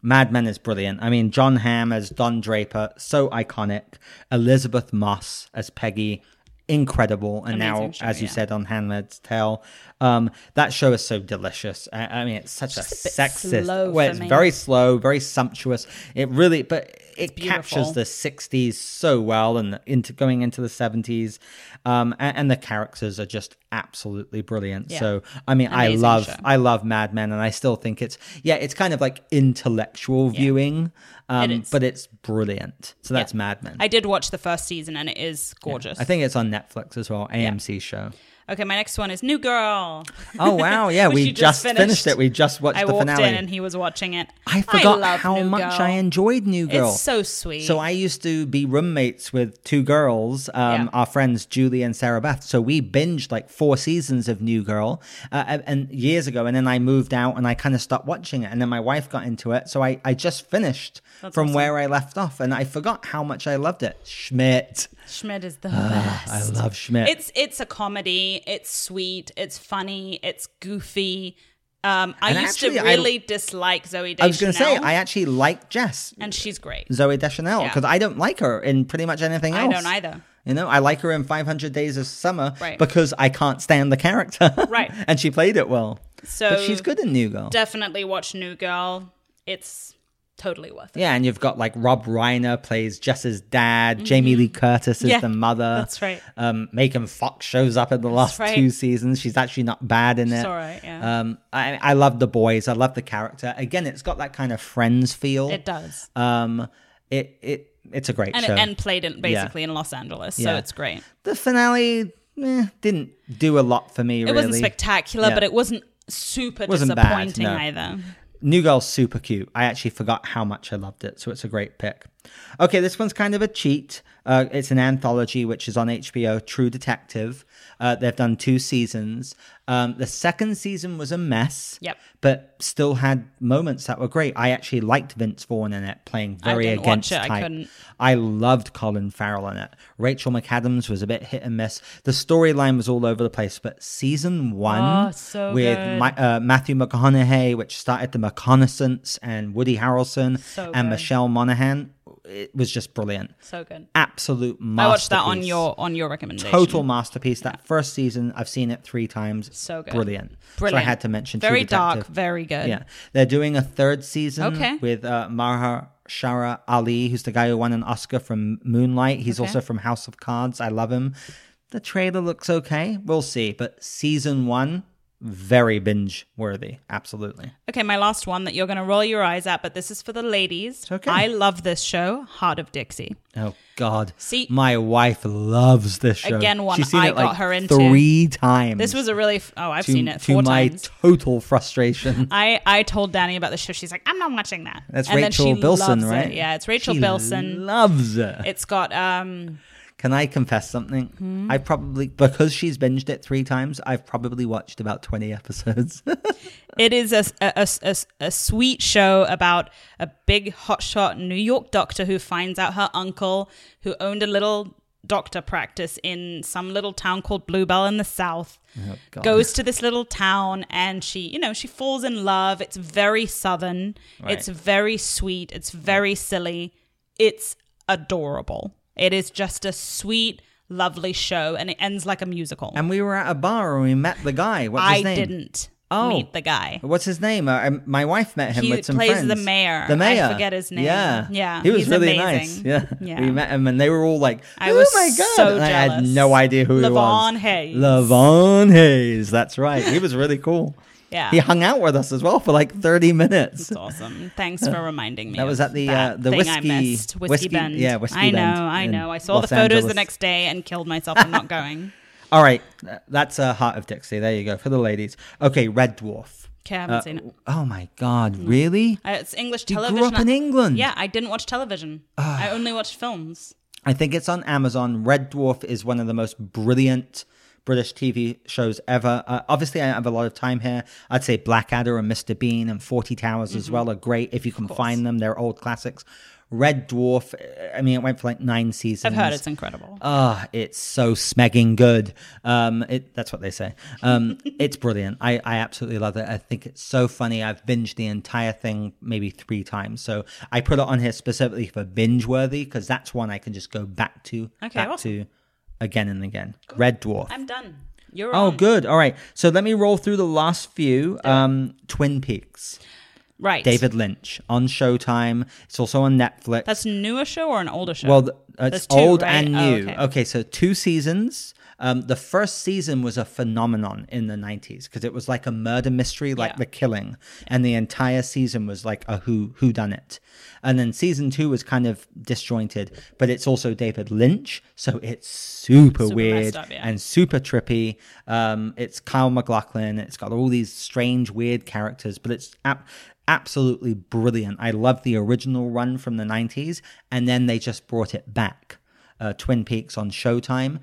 Mad Men is brilliant. I mean, John Hamm as Don Draper, so iconic. Elizabeth Moss as Peggy, incredible. And now, Amazing show, as you yeah. said on Handmaid's Tale, um, that show is so delicious. I, I mean, it's such a, bit sexist. slow well, for it's me. very slow, very sumptuous. It really, but it captures beautiful. the 60s so well and the- into going into the 70s. Um, a- and, the characters are just absolutely brilliant. Yeah. So, I mean, I Amazing love, show. I love Mad Men and I still think it's, yeah, it's kind of like intellectual viewing, um, is. but it's brilliant. So that's Yeah. Mad Men. I did watch the first season and it is gorgeous. I think it's on Netflix as well, AMC show. okay, my next one is New Girl. Oh wow, yeah, Which we you just, just finished. finished. it. We just watched I the walked finale. in and he was watching it. I forgot love how New much Girl. I enjoyed New Girl. It's so sweet. So I used to be roommates with two girls, um, Yeah. our friends Julie and Sarah Beth. So we binged like four seasons of New Girl, uh, and- and years ago. And then I moved out, and I kind of stopped watching it. And then my wife got into it, so I I just finished from where I left off, and I forgot how much I loved it. Schmidt, Schmidt is the best. Ah, I love Schmidt. It's it's a comedy. It's sweet. It's funny. It's goofy. Um, I And used actually, to I- really dislike Zoe Deschanel. I was going to say I actually like Jess. and she's great. Zoe Deschanel, Yeah. because I don't like her in pretty much anything I else. don't either. You know, I like her in 500 Days of Summer Right. because I can't stand the character. Right. and she played it well. So but she's good in New Girl. Definitely watch New Girl. It's totally worth it. yeah, and you've got like Rob Reiner plays Jess's dad, Jamie Lee Curtis is Mm-hmm. Yeah, the mother. that's right. Um, Megan Fox shows up in the last right. two seasons. She's actually not bad in it. It's all right. Yeah, Um, I, I love the boys. I love the character. Again, it's got that kind of Friends feel. it does. Um, it it it's a great And show. it, and played in basically in Los Angeles, so Yeah. it's great. the finale eh, didn't do a lot for me. It really. wasn't spectacular, Yeah. but it wasn't super Wasn't bad, disappointing no. either. New Girl's super cute. I actually forgot how much I loved it, so it's a great pick. Okay, this one's kind of a cheat. Uh, it's an anthology which is on HBO, True Detective. Uh, they've done two seasons. Um, the second season was a mess, Yep. but still had moments that were great. I actually liked Vince Vaughn in it, playing I very didn't watch against it, I type. couldn't. I loved Colin Farrell in it. Rachel McAdams was a bit hit and miss. The storyline was all over the place, but season one Oh, so with good. Mi- uh, Matthew McConaughey, which started the McConaissance, and Woody Harrelson So and good. Michelle Monaghan. it was just brilliant. So good. Absolute masterpiece. I watched that on your on your recommendation. total masterpiece. That first season, I've seen it three times. So good. Brilliant. So I Brilliant. had to mention True Very dark, Detective. very good. Yeah, they're doing a third season Okay. with uh, Maher Shara Ali, who's the guy who won an Oscar from Moonlight. He's Okay. also from House of Cards. I love him. The trailer looks okay. We'll see. But season one, very binge worthy. Absolutely. Okay, my last one that you're going to roll your eyes at, but this is for the ladies. okay. I love this show, Heart of Dixie. Oh God! See- my wife loves this show. Again, one She's seen I it, like, got her into. three times. This was a really f- oh, I've to, seen it to four my times. total frustration. I I told Danny about the show. She's like, I'm not watching that. That's And then Rachel she Bilson, loves it. right? Yeah, it's Rachel She Bilson. Loves it. It's got um Can I confess something? Hmm? I probably because she's binged it three times. I've probably watched about twenty episodes. It is a, a, a, a sweet show about a big hotshot New York doctor who finds out her uncle, who owned a little doctor practice in some little town called Bluebell in the South, God. goes to this little town and she, you know, she falls in love. It's very Southern, Right. it's very sweet, it's very silly, it's adorable. It is just a sweet, lovely show and it ends like a musical. and we were at a bar and we met the guy. What's I his name? didn't Oh. meet the guy. What's his name? Uh, um, my wife met him He with some plays friends. the mayor. The I mayor. forget his name. Yeah, Yeah, He was he's really nice. amazing. Yeah. Yeah. we met him and they were all like, "Oh I was my god!" so and I had jealous. no idea who he was. Lavon Hayes. Lavon Hayes. That's right. He was really cool. Yeah. He hung out with us as well for like thirty minutes. It's awesome. Thanks for reminding me. That of was at the, that uh, the thing I whiskey- missed. Whiskey, whiskey- Bend. yeah, Whiskey I know. Bend I in know. I saw Los the photos Angeles. the next day and killed myself for not going. All right, uh, that's a heart of Dixie. There you go for the ladies. Okay, Red Dwarf. Okay, I haven't Uh, seen it. oh my God, really? Uh, It's English You grew television. up in England. Ah. Yeah, I didn't watch television. I only watched films. I think it's on Amazon. Red Dwarf is one of the most brilliant British TV shows ever. Uh, obviously, I have a lot of time here. I'd say Blackadder and Mr. Bean and Forty Towers Mm-hmm. as well are great if you can find them. They're old classics. Red Dwarf. uh, I mean, it went for like nine seasons. I've heard it's incredible. Ah, it's so smegging good. Um, it, that's what they say. Um, it's brilliant. I, I absolutely love it. I think it's so funny. I've binged the entire thing maybe three times. So I put it on here specifically for binge worthy because that's one I can just go back to, Okay, back awesome. to again and again. Red Dwarf. I'm done. You're oh, on. good. All right. So let me roll through the last few. Um, Twin Peaks. Right. David Lynch on Showtime. It's also on Netflix. That's a newer show or an older show? Well, th- uh, it's There's two, old right? and Oh, new. okay. okay. so two seasons. Um, the first season was a phenomenon in the 90s because it was like a murder mystery, like Yeah. The Killing, and the entire season was like a who who done it. And then season two was kind of disjointed, but it's also David Lynch, so it's super, Super weird messed up, yeah. and super trippy. Um, it's Kyle MacLachlan. It's got all these strange, weird characters, but it's ab- absolutely brilliant. I love the original run from the 90s, and then they just brought it back. Uh, Twin Peaks on Showtime.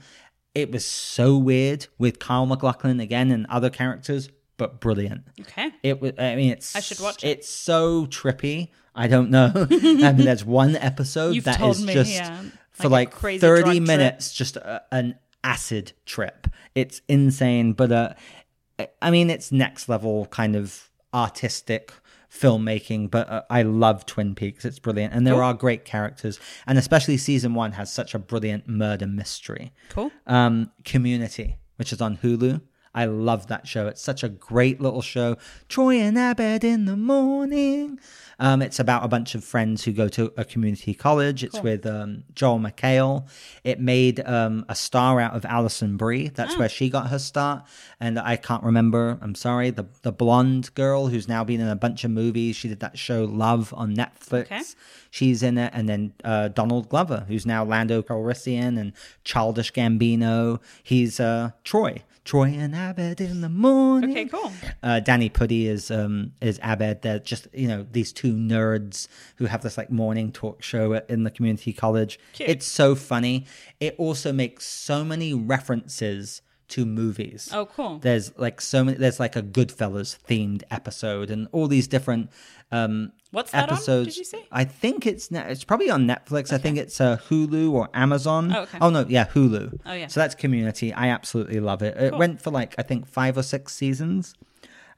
It was so weird with Kyle MacLachlan again and other characters, but brilliant. okay. It was. I mean, it's. I should watch it. It's so trippy. I don't know. I mean, there's one episode You've that is told me, just yeah, for like like a crazy drug thirty trip. minutes, just a, an acid trip. It's insane, but uh, I- I mean, it's next level kind of artistic filmmaking. But uh, I love Twin Peaks. It's brilliant, and there are great characters, and especially season one has such a brilliant murder mystery Cool. um, Community, which is on Hulu. I love that show. It's such a great little show. Troy and Abed in the morning. Um, it's about a bunch of friends who go to a community college. It's with um, Joel McHale. It made um, a star out of Alison Brie. That's where she got her start. And I can't remember. I'm sorry. The the blonde girl who's now been in a bunch of movies. She did that show Love on Netflix. Okay. She's in it, and then uh, Donald Glover, who's now Lando Calrissian and Childish Gambino. He's uh, Troy, Troy and Abed in the morning. Okay, cool. Uh, Danny Puddy is um, is Abed. They're just you know these two nerds who have this like morning talk show at- in the community college. Cute. It's so funny. It also makes so many references to movies Oh, cool. there's like so many there's like a goodfellas themed episode and all these different um What's that on, episodes did you say? i think it's ne- it's probably on netflix i think it's uh hulu or amazon Oh, okay. no yeah hulu Oh, yeah. so that's community i absolutely love it it went for like i think five or six seasons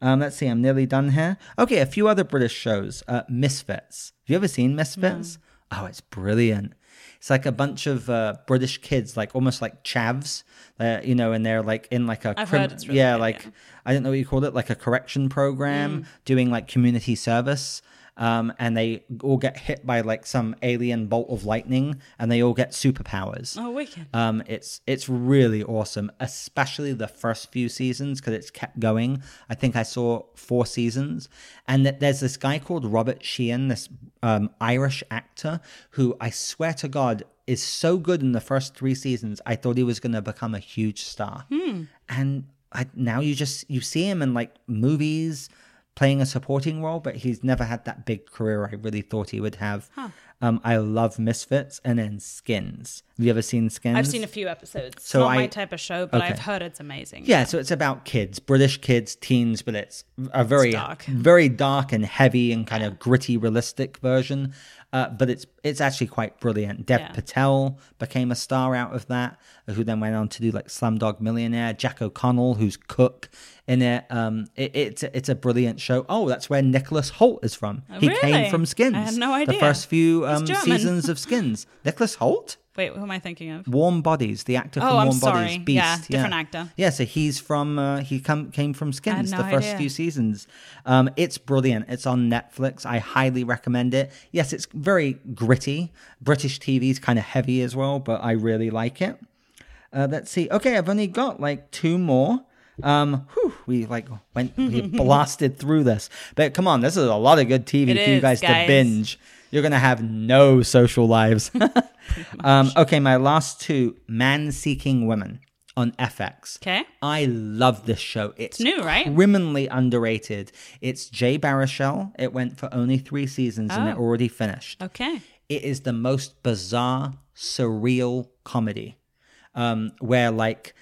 um let's see i'm nearly done here okay a few other british shows uh misfits have you ever seen misfits Oh, it's brilliant. It's like a bunch of uh, British kids, like almost like chavs, uh, you know, and they're like in like a I've heard it's really yeah, Mm. good, like yeah. I don't know what you call it, like a correction program, doing like community service. Um, and they all get hit by like some alien bolt of lightning, and they all get superpowers. Oh, wicked. Um, it's it's really awesome, especially the first few seasons because it's kept going. I think I saw four seasons, and that there's this guy called Robert Sheehan, this um, Irish actor who I swear to God is so good in the first three seasons. I thought he was going to become a huge star, and I, now you just you see him in like movies playing a supporting role, but he's never had that big career I really thought he would have. Um, I love Misfits and then Skins. Have you ever seen Skins? I've seen a few episodes. So Not my I- type of show, but Okay. I've heard it's amazing. Yeah, so it's about kids, British kids, teens, but it's a very dark. very dark and heavy and kind of gritty, realistic version. Uh, but it's it's actually quite brilliant. Dev Yeah. Patel became a star out of that, who then went on to do like Slumdog Millionaire. Jack O'Connell, who's Cook in it. Um, it it's a- it's a brilliant show. Oh, that's where Nicholas Holt is from. He Oh, really? came from Skins. I had no The idea. first few um, German. seasons of Skins. Nicholas Holt. Wait, who am I thinking of? Warm Bodies, the actor from Oh, I'm Warm Bodies, sorry. Beast. Yeah, different actor. Yeah, so he's from uh, he come came from Skins, no the first idea. few seasons. Um, it's brilliant. It's on Netflix. I highly recommend it. Yes, it's very gritty. British TV's kind of heavy as well, but I really like it. Uh, let's see. Okay, I've only got like two more. Um, whew, we like went we blasted through this, but come on, this is a lot of good TV It for you is, guys, guys. to binge. You're gonna have no social lives. um, okay, my last two: Man Seeking Women on FX. Okay. I love this show. It's, new, right? Criminally underrated. It's Jay Baruchel. It went for only three seasons and it Oh. already finished. Okay. It is the most bizarre, surreal comedy um, where like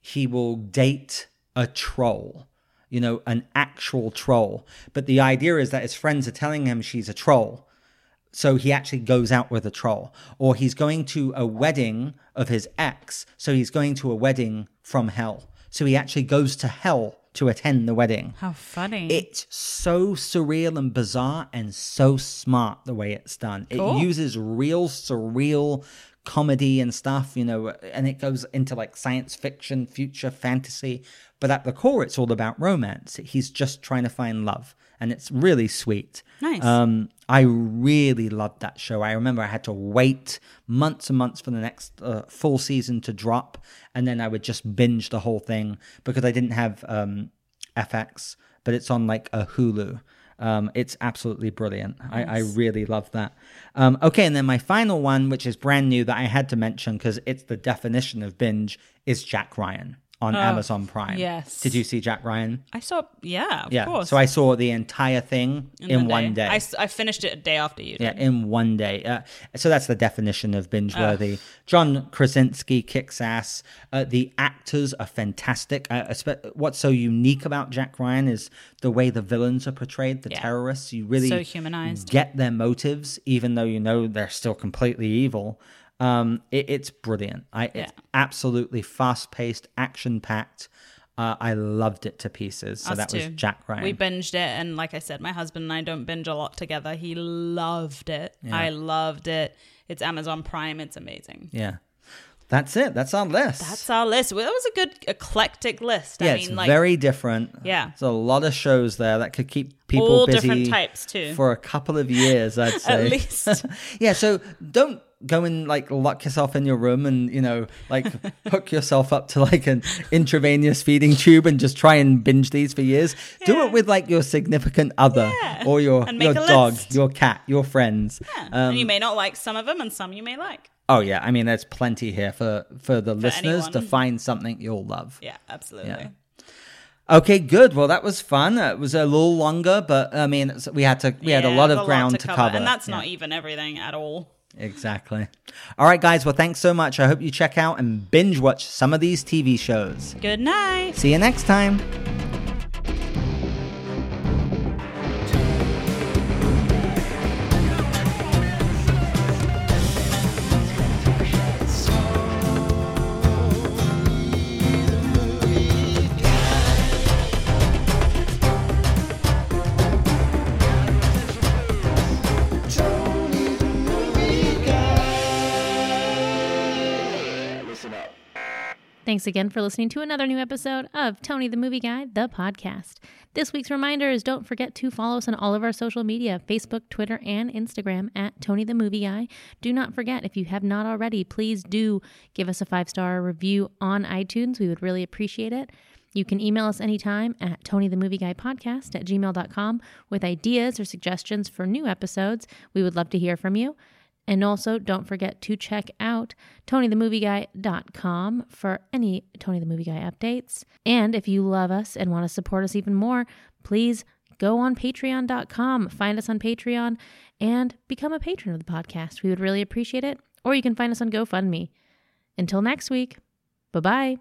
he will date a troll, you know, an actual troll. But the idea is that his friends are telling him she's a troll. So he actually goes out with a troll, or he's going to a wedding of his ex. So he's going to a wedding from hell. So he actually goes to hell to attend the wedding. How funny. It's so surreal and bizarre and so smart the way it's done. Cool. It uses real surreal comedy and stuff, you know, and it goes into like science fiction, future fantasy, but at the core it's all about romance. He's just trying to find love and it's really sweet. Nice. Um, I really loved that show. I remember I had to wait months and months for the next uh, full season to drop, and then I would just binge the whole thing because I didn't have um, FX, but it's on like a Hulu. Um, it's absolutely brilliant. I, I really love that. Um, okay, and then my final one, which is brand new that I had to mention because it's the definition of binge, is Jack Ryan on Amazon Prime. Oh, yes. Did you see Jack Ryan? I saw. Yeah, of Yeah. course. So I saw the entire thing in, one day. I, s- I finished it a day after you. Yeah, Did. in one day. Uh, so that's the definition of binge worthy. John Krasinski kicks ass. Uh, the actors are fantastic. Uh, espe- what's so unique about Jack Ryan is the way the villains are portrayed, the Yeah. terrorists. You really So humanized. get their motives, even though you know they're still completely evil. Um, it, it's brilliant. I, It's Yeah. absolutely fast paced, action packed. Uh, I loved it to pieces. So Us that was too. Jack Ryan. We binged it, and like I said, my husband and I don't binge a lot together. He loved it. I loved it. It's Amazon Prime. It's amazing. yeah. That's it. That's our list. That's our list. Well, that was a good eclectic list. Yeah, I mean, it's like very different. Yeah. there's a lot of shows there that could keep people All busy different types, too. for a couple of years. I'd say least. yeah, so don't go and like lock yourself in your room and you know like hook yourself up to like an intravenous feeding tube and just try and binge these for years. Do it with like your significant other or your And your make a dog, list. your cat, your friends. and Um, you may not like some of them, and some you may like. Oh yeah, I mean there's plenty here for for the listeners to anyone. find something you'll love. Yeah, absolutely. Yeah. Okay, good. Well, that was fun. It was a little longer, but I mean, it's- we had to we had a Yeah, lot there's of ground to cover, and that's Yeah, not even everything at all. exactly. All right, guys. Well, thanks so much. I hope you check out and binge watch some of these TV shows. Good night. See you next time. Tony the movie Thanks again for listening to another new episode of Tony the Movie Guy, the podcast. This week's reminder is don't forget to follow us on all of our social media Facebook, Twitter, and Instagram at Tony the Movie Guy. Do not forget, if you have not already, please do give us a five star review on iTunes. We would really appreciate it. You can email us anytime at tonythemovieguypodcast at gmail.com with ideas or suggestions for new episodes. We would love to hear from you. And also, don't forget to check out TonyTheMovieGuy.com for any Tony the Movie Guy updates. And if you love us and want to support us even more, please go on Patreon.com, find us on Patreon, and become a patron of the podcast. We would really appreciate it. Or you can find us on GoFundMe. Until next week, bye bye.